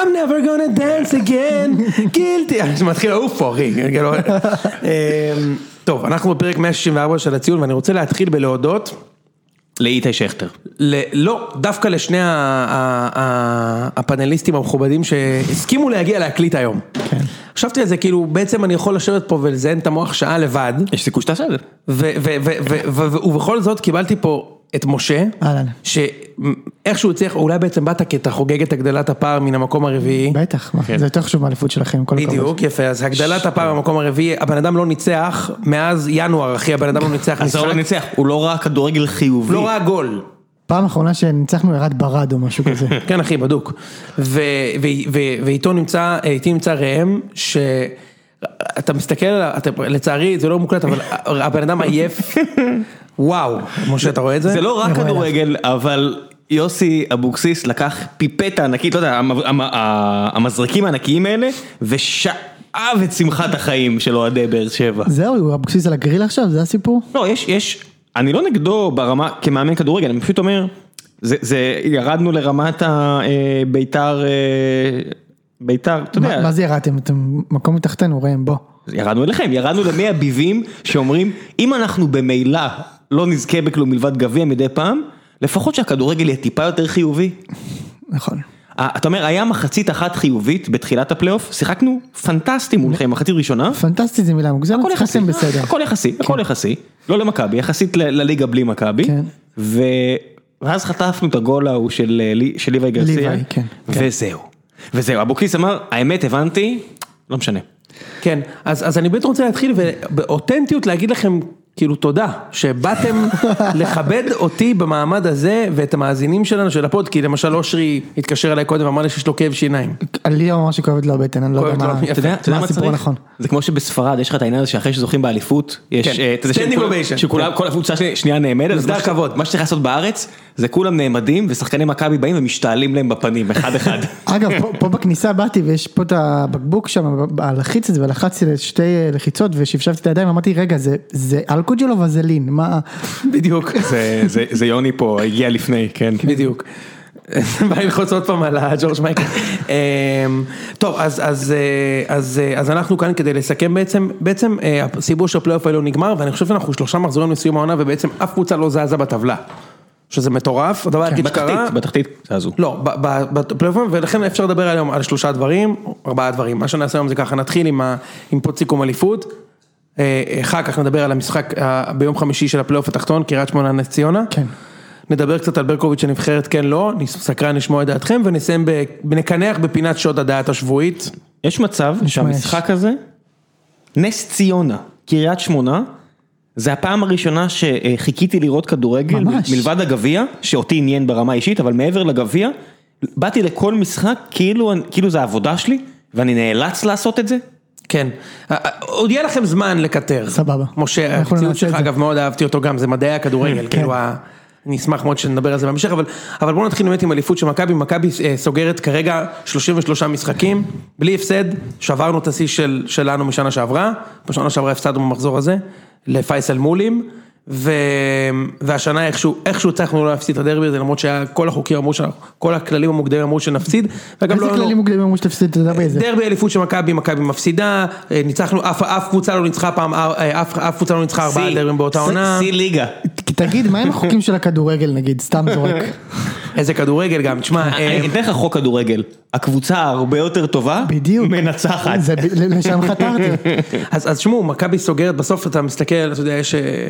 I'm never gonna dance again, guilty. אני מתחיל לעוף פה אחי. כאילו, אמ, טוב, אנחנו בפרק 164 של הציון ואני רוצה להתחיל בלהודות. לאיתי שכטר. ל... לא, דווקא לשני ה... ה... ה... הפאנליסטים המכובדים שהסכימו להגיע להקליט היום. כן. חשבתי על זה, כאילו, בעצם אני יכול לשבת פה ולזיין את המוח שעה לבד, יש סיכוי שתעשה את זה. ו... ו... ו... ו... ו... ו... ובכל זאת קיבלתי פה את משה, אהלן. שאיכשהו הצליח, אולי בעצם באת כי אתה חוגג את הגדלת הפער מן המקום הרביעי. בטח, מה, זה יותר חשוב מהאליפות שלכם, כל הכבוד. בדיוק, יפה, אז הגדלת הפער במקום הרביעי, הבן אדם לא ניצח, מאז ינואר, אחי, הבן אדם לא ניצח אז הוא לא משחק, ניצח, הוא לא ראה כדורגל חיובי. לא ראה גול. פעם אחרונה שניצחנו ירד ברד או משהו כזה. כן אחי, בדוק. ו- ו- ו- ואיתו נמצא, איתי נמצא ראם, שאתה מסתכל עליו, אתה- לצערי זה לא מוקלט, אבל הבן אדם עייף, וואו, משה אתה רואה את זה? זה לא רק כדורגל, אבל יוסי אבוקסיס לקח פיפטה ענקית, לא יודע, המ- המ- ה- המזרקים הענקיים האלה, ושאב את שמחת החיים של אוהדי באר שבע. זהו, הוא אבוקסיס על הגריל עכשיו? זה הסיפור? לא, יש, יש, אני לא נגדו ברמה, כמאמן כדורגל, אני פשוט אומר, זה, זה, ירדנו לרמת הביתר, אה, ביתר, אתה יודע, מה מה זה ירדתם? אתם מקום מתחתנו, ראם, בוא. ירדנו אליכם, ירדנו למי הביבים שאומרים, אם אנחנו במילא לא נזכה בכלום מלבד גביע מדי פעם, לפחות שהכדורגל יהיה טיפה יותר חיובי. נכון. אה, אתה אומר, היה מחצית אחת חיובית בתחילת הפלייאוף, שיחקנו פנטסטי מולכם, מחצית ראשונה. פנטסטי זה מילה מוגזמת, הכל יחסי, שיחקתם בסדר. הכל יחסי, הכל יחסי, לא למכבי, יחסית ל- לליגה בלי מכבי, כן. ו- ואז חטפנו את הגול ההוא של אה, לי- של ליוואי גרסיה, ליוואי, כן, וזהו, וזהו, אבוקסיס אמר, האמת הבנתי, לא משנה, כן, אז, אז אני באמת רוצה להתחיל ובאותנטיות להגיד לכם כאילו תודה שבאתם לכבד אותי במעמד הזה ואת המאזינים שלנו של הפוד, כי למשל אושרי התקשר אליי קודם ואמר לי שיש לו כאב שיניים. לי הוא אמר שכואבת לו הבטן, אני לא כואבת יודע לו, מה... יפה. אתה יודע- אתה יודע מה מה הסיפור צריך? הנכון. זה כמו שבספרד יש לך את העניין הזה שאחרי שזוכים באליפות, יש כן. אה, את זה Standing שכולם- ovation. שכולם, כל הקבוצה שלי- שנייה נעמדת, אז מסדר מה ש- כבוד. מה שצריך לעשות בארץ, זה כולם נעמדים ושחקני מכבי באים ומשתעלים להם בפנים, אחד אחד. אגב, פה, פה בכניסה באתי ויש פה את הבקבוק שם, ב- הלחיץ את זה ולחצתי לשתי אה, לחיצות ושפשפתי את הידיים, אמרתי, רגע, זה, זה אלכוג'ל או וזלין? מה... בדיוק. זה- זה- זה יוני פה, הגיע לפני, כן. בדיוק. בא ללחוץ עוד פעם על הג'ורג' מייקל. אמ, טוב, אז, אז, אה, אז, אה, אז אנחנו כאן כדי לסכם בעצם, בעצם אה, הסיבוב של הפלייאוף העליון נגמר, ואני חושב שאנחנו שלושה מחזורים לסיום העונה, ובעצם אף קבוצה לא זזה בטבלה. שזה מטורף, הדבר היחיד כן, בתחתית, שקרה, בתחתית, זזו. לא, ב- ב- בפלייאוף, ולכן אפשר לדבר היום על שלושה דברים, ארבעה דברים. מה שנעשה היום זה ככה, נתחיל עם, ה, עם פה סיכום אליפות, אה, אחר כך נדבר על המשחק אה, ביום חמישי של הפלייאוף התחתון, קריית שמונה נס ציונה. כן. נדבר קצת על ברקוביץ' הנבחרת, כן, לא, אני סקרן לשמוע את דעתכם, ונסיים, ב- נקנח בפינת שוד הדעת השבועית. יש מצב נשמע שהמשחק הזה, נס ציונה, קריית שמונה, זה הפעם הראשונה שחיכיתי לראות כדורגל, ממש. מלבד הגביע, שאותי עניין ברמה האישית, אבל מעבר לגביע, באתי לכל משחק כאילו, כאילו זה העבודה שלי, ואני נאלץ לעשות את זה. כן. אה, אה, עוד יהיה לכם זמן לקטר. סבבה. משה, אנחנו הציוד נעשה שלך, את זה. כן. אגב, מאוד אהבתי אותו גם, זה מדעי הכדורגל, כאילו, ה- אני אשמח מאוד שנדבר על זה בהמשך, אבל, אבל בואו נתחיל באמת עם אליפות של מכבי, מכבי אה, סוגרת כרגע 33 משחקים, בלי הפסד, שברנו את השיא של, שלנו משנה שעברה, בשנה שעברה הפסדנו במחזור הזה, לפייסל מולים, ו... והשנה איכשהו, איכשהו הצלחנו לא להפסיד את הדרבי הזה, למרות שכל החוקים אמרו, שאנחנו- כל הכללים המוקדמים אמרו שנפסיד, וגם איזה לא... כללים מוקדמים אמרו שתפסיד את הדבר הזה? דרבי אליפות של מכבי, מכבי מפסידה, אה, ניצחנו, אף- אף קבוצה לא ניצחה פעם, אה, אף אף קבוצה לא ניצחה ארבעה שיא- דרבים באותה שיא- עונה, אה, שיא ליגה. תגיד, מה עם החוקים של הכדורגל נגיד? סתם זורק. איזה כדורגל גם, תשמע, אה, אני אתן לך חוק כדורגל, הקבוצה הרבה יותר טובה, בדיוק. מנצחת. זה ב- לשם חתרתי. אז אז שמעו, מכבי סוגרת, בסוף אתה מסתכל, אתה יודע, יש אה,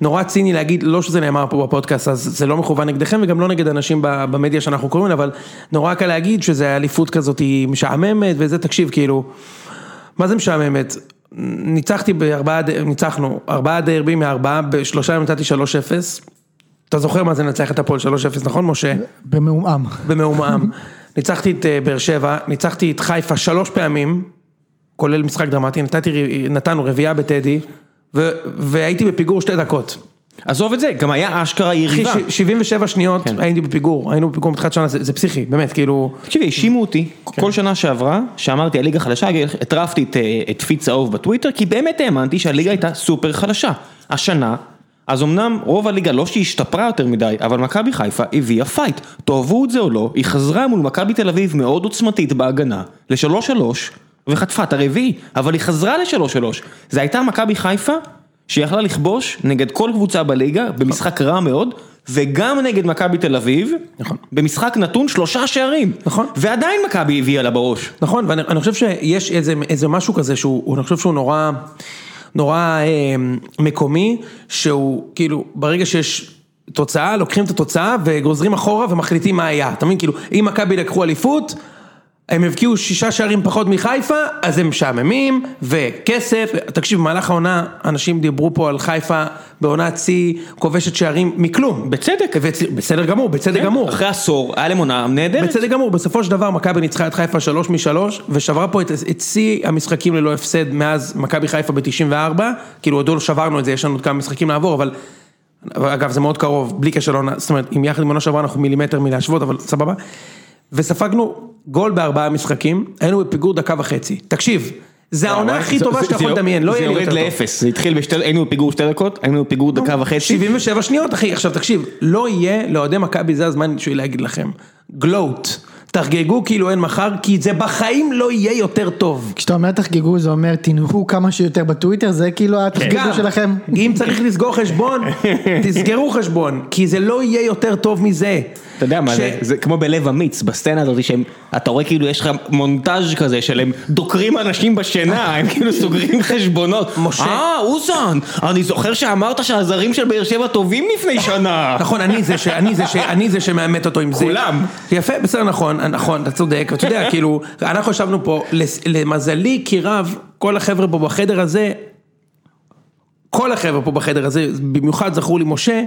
נורא ציני להגיד, לא שזה נאמר פה בפודקאסט, אז זה לא מכוון נגדכם וגם לא נגד אנשים ב- במדיה שאנחנו קוראים, לה, אבל נורא קל להגיד שזה אליפות כזאת היא משעממת וזה, תקשיב, כאילו, מה זה משעממת? ניצחתי בארבעה, ד- ניצחנו, ארבעה דרבים מארבעה, בשלושה ימים נתתי 3-0. אתה זוכר מה זה לנצח את הפועל 3-0, נכון משה? במעומעם. במעומעם. ניצחתי את אה, באר שבע, ניצחתי את חיפה שלוש פעמים, כולל משחק דרמטי, נתתי, ר- נתנו רביעייה בטדי, ו, והייתי בפיגור שתי דקות. עזוב את זה, גם היה אשכרה אחי, יריבה. ש- 77 שניות הייתי בפיגור, היינו בפיגור מתחילת שנה, זה, זה פסיכי, באמת, כאילו, תקשיבי, האשימו אותי כל שנה שעברה, שאמרתי הליגה חלשה, הטרפתי את, אה, את פיץ צהוב בטוויטר, כי באמת האמנתי שהליגה הייתה סופר חלשה. השנה, אז אמנם רוב הליגה לא שהיא השתפרה יותר מדי, אבל מכבי חיפה הביאה פייט. תאהבו את זה או לא, היא חזרה מול מכבי תל אביב מאוד עוצמתית בהגנה, לשלוש שלוש, וחטפה את הרביעי, אבל היא חזרה לשלוש שלוש. זה הייתה מכבי חיפה שיכלה לכבוש נגד כל קבוצה בליגה, במשחק רע מאוד, וגם נגד מכבי תל אביב, נכון. במשחק נתון שלושה שערים. נכון. ועדיין מכבי הביאה לה בראש. נכון, ואני אני חושב שיש איזה, איזה משהו כזה שהוא, אני חושב שהוא נורא, נורא אה, מקומי, שהוא כאילו, ברגע שיש תוצאה, לוקחים את התוצאה וגוזרים אחורה ומחליטים מה היה. אתה מבין? כאילו, אם מכבי לקחו אליפות, הם הבקיעו שישה שערים פחות מחיפה, אז הם משעממים, וכסף, תקשיב, במהלך העונה, אנשים דיברו פה על חיפה בעונת שיא, כובשת שערים מכלום. בצדק. כן. ובצ- בסדר גמור, בצדק גמור. אחרי עשור, היה להם עונה נהדרת. בצדק גמור, בסופו של דבר מכבי ניצחה את חיפה שלוש משלוש, ושברה פה את את שיא המשחקים ללא הפסד מאז מכבי חיפה ב-94, כאילו עוד לא שברנו את זה, יש לנו עוד כמה משחקים לעבור, אבל... אבל אגב, זה מאוד קרוב, בלי קשר לעונה, זאת אומרת, אם יחד עם עונה שעברה אנחנו מילימטר מלהשוות, אבל סבבה. וספגנו גול בארבעה משחקים, היינו בפיגור דקה וחצי. תקשיב, זה העונה הכי לא, זה- טובה זה- שאתה זה- יכול לדמיין, לא יהיה לי יותר זה טוב. יורד לאפס, זה התחיל בשתי, היינו בפיגור שתי דקות, היינו בפיגור דקה וחצי. 77 שניות, אחי. עכשיו תקשיב, לא יהיה לאוהדי מכבי, זה הזמן שלי להגיד לכם. גלוט. תחגגו כאילו אין מחר, כי זה בחיים לא יהיה יותר טוב. כשאתה אומר תחגגו זה אומר תנהו כמה שיותר בטוויטר, זה כאילו כן. התחגגו שלכם. אם צריך לסגור חשבון, תסגרו חשבון, כי זה לא יהיה יותר טוב מזה. אתה יודע מה ש- זה, זה כמו בלב אמיץ, בסצנה הזאת שהם, אתה רואה כאילו יש לך מונטאז' כזה של הם דוקרים אנשים בשינה, הם כאילו סוגרים חשבונות. אה. משה. אה, אוזן, אני זוכר שאמרת שהזרים של באר שבע טובים לפני שנה. נכון, אני זה, ש... אני, זה ש... אני זה שמאמת אותו עם זה. כולם. יפה, בסדר, נכון, נכון, אתה צודק, אתה יודע, כאילו, אנחנו ישבנו פה, לס- למזלי כי רב, כל החבר'ה פה בחדר הזה, כל החבר'ה פה בחדר הזה, במיוחד זכור לי משה,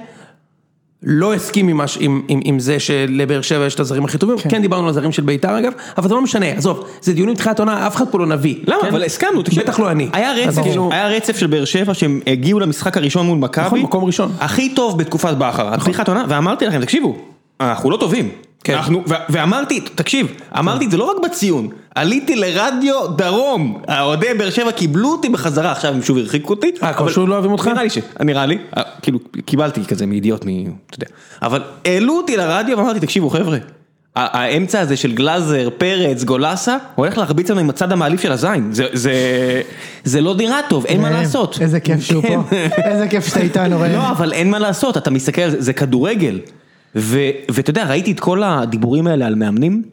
לא הסכים עם, מש, עם, עם, עם זה שלבאר שבע יש את הזרים הכי טובים, כן. כן דיברנו על הזרים של ביתר אגב, אבל זה לא משנה, עזוב, זה דיונים מתחילת עונה, אף אחד פה לא נביא. למה? כן? אבל הסכמנו, תקשיב. בטח לא אני. היה אז רצף, כאילו- היה רצף של באר שבע שהם הגיעו למשחק הראשון מול מכבי. נכון, מקום ראשון. הכי טוב בתקופת בכר, נכון. עד פתיחת עונה, ואמרתי לכם, תקשיבו, אנחנו לא טובים. כן. אנחנו, ו- ואמרתי, תקשיב, אמרתי את זה לא רק בציון, עליתי לרדיו דרום, האוהדי באר שבע קיבלו אותי בחזרה, עכשיו הם שוב הרחיקו אותי. אה, כבר אבל- שוב לא אוהבים אותך? נראה לי ש... נראה לי, אה, כאילו, קיבלתי כזה מידיעות, מ... אתה יודע. אבל העלו אותי לרדיו ואמרתי, תקשיבו חבר'ה, ה- האמצע הזה של גלאזר, פרץ, גולסה, הולך להרביץ לנו עם הצד המעליף של הזין. זה, זה, זה לא נראה טוב, אין מה כן. לעשות. כן. איזה כיף שהוא כן. פה. איזה כיף שאתה איתנו. ראם. לא, אבל אין מה לעשות, אתה מסתכל, על זה- זה כדורגל. ו- ואתה יודע, ראיתי את כל הדיבורים האלה על מאמנים,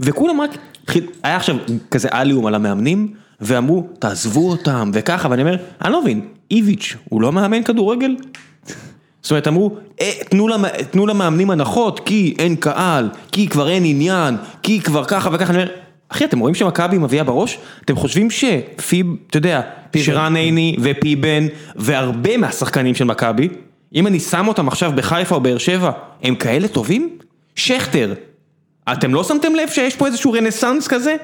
וכולם רק, התחיל- היה עכשיו כזה עליהום על המאמנים, ואמרו, תעזבו אותם, וככה, ואני אומר, אני לא מבין, איביץ', הוא לא מאמן כדורגל? זאת אומרת, אמרו, "אה, תנו, למ... תנו למאמנים הנחות, כי אין קהל, כי כבר אין עניין, כי כבר ככה וככה, אני אומר, אחי, אתם רואים שמכבי מביאה בראש? אתם חושבים שפיב, אתה יודע, שרן עיני ופיבן, והרבה מהשחקנים של מכבי, אם אני שם אותם עכשיו בחיפה או באר שבע, הם כאלה טובים? שכטר, אתם לא שמתם לב שיש פה איזשהו רנסאנס כזה?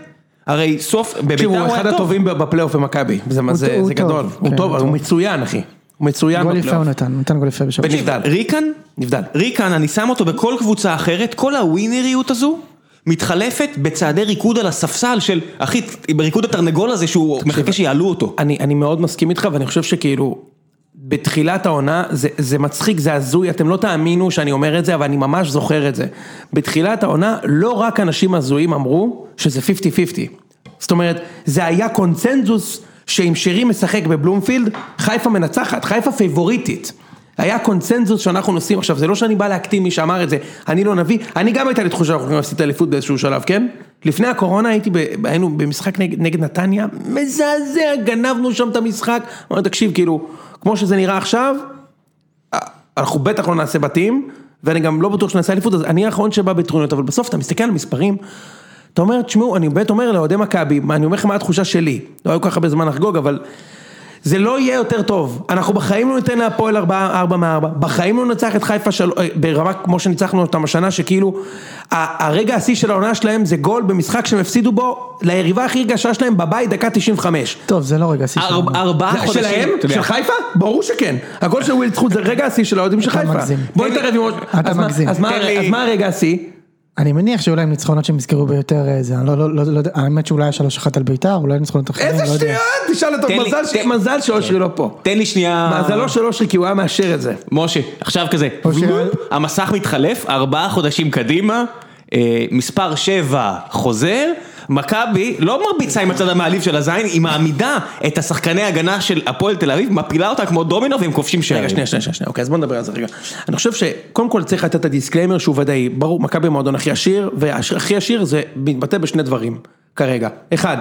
הרי סוף, בביתר תקשיב, הוא הוא היה אחד טוב. הטובים בפלייאוף במכבי, זה מה הוא זה טוב, זה הוא גדול, טוב. הוא כן, טוב, הוא הוא טוב. מצוין אחי, הוא מצוין לא. גול יפה בפלייאוף. הוא נתן, הוא נתן גול יפה בשבוע. בנבדל. ריקן? נבדל. ריקן, אני שם אותו בכל קבוצה אחרת, כל הווינריות הזו מתחלפת בצעדי ריקוד על הספסל של, אחי, בריקוד התרנגול הזה שהוא מחכה שיעלו אותו. אני, אני מאוד מסכים איתך, ואני חושב שכאילו, בתחילת העונה, זה, זה מצחיק, זה הזוי, אתם לא תאמינו שאני אומר את זה, אבל אני ממש זוכר את זה. בתחילת העונה, לא רק אנשים הזויים אמרו שזה 50-50. זאת אומרת, זה היה קונצנזוס שאם שירי משחק בבלומפילד, חיפה מנצחת, חיפה פייבוריטית. היה קונצנזוס שאנחנו נוסעים עכשיו, זה לא שאני בא להקטין מי שאמר את זה, אני לא נביא, אני גם הייתה לי תחושה שאנחנו הולכים להפסיד את האליפות באיזשהו שלב, כן? לפני הקורונה הייתי, ב, היינו במשחק נגד, נגד נתניה, מזעזע, גנבנו שם את המשחק, אמרנו תקשיב, כאילו, כמו שזה נראה עכשיו, אה, אנחנו בטח לא נעשה בתים, ואני גם לא בטוח שנעשה אליפות, אז אני האחרון שבא בטרוניות, אבל בסוף אתה מסתכל על מספרים, אתה אומר, תשמעו, אני באמת אומר לאוהדי מכבי, אני אומר לכם מה התחושה שלי, לא היה כל כך הרבה זמן לחגוג, אבל זה לא יהיה יותר טוב, אנחנו בחיים לא ניתן להפועל 4 ארבע מארבע, בחיים לא ננצח את חיפה של... אה, ברמה כמו שניצחנו אותם השנה, שכאילו, ה- הרגע השיא של העונה שלהם זה גול במשחק שהם הפסידו בו, ליריבה הכי רגשה שלהם בבית, דקה 95. טוב, זה לא רגע שיא ארבע- של העונה. זה ארבעה חודשים. שלהם? אתה יודע. של חיפה? ברור שכן. הגול של ווילד חוץ זה רגע השיא של האוהדים של חיפה. מגזים. בוא נתערב עם... עוד- אתה אז מה- מגזים. אז מה תן הר- לי- אז מה הרגע השיא? אני מניח שאולי הם ניצחונות שהם יזכרו ביותר אה, זה, אני לא, לא, לא, לא יודע, האמת שאולי היה שלוש אחת על בית"ר, אולי ניצחונות אחרים, איזה לא יודע. שטויות! תשאל אותו, תן לי- אה. מזל ש- תן- מזל שאושרי לא פה. תן לי שנייה... מזלו של אושרי כי הוא היה מאשר את זה. משה, עכשיו כזה, משה. וופ, המסך מתחלף, ארבעה חודשים קדימה, אה, מספר שבע חוזר, מכבי לא מרביצה עם הצד המעליב של הזין, היא מעמידה את השחקני הגנה של הפועל תל אביב, מפילה אותה כמו דומינו והם כובשים כן. שערים. רגע, שנייה, שנייה, שנייה, שנייה, אוקיי, אז בוא נדבר על זה רגע. אני חושב שקודם כל צריך לתת את הדיסקליימר שהוא ודאי, ברור, מכבי מועדון הכי עשיר, והכי עשיר זה מתבטא בשני דברים, כרגע. אחד,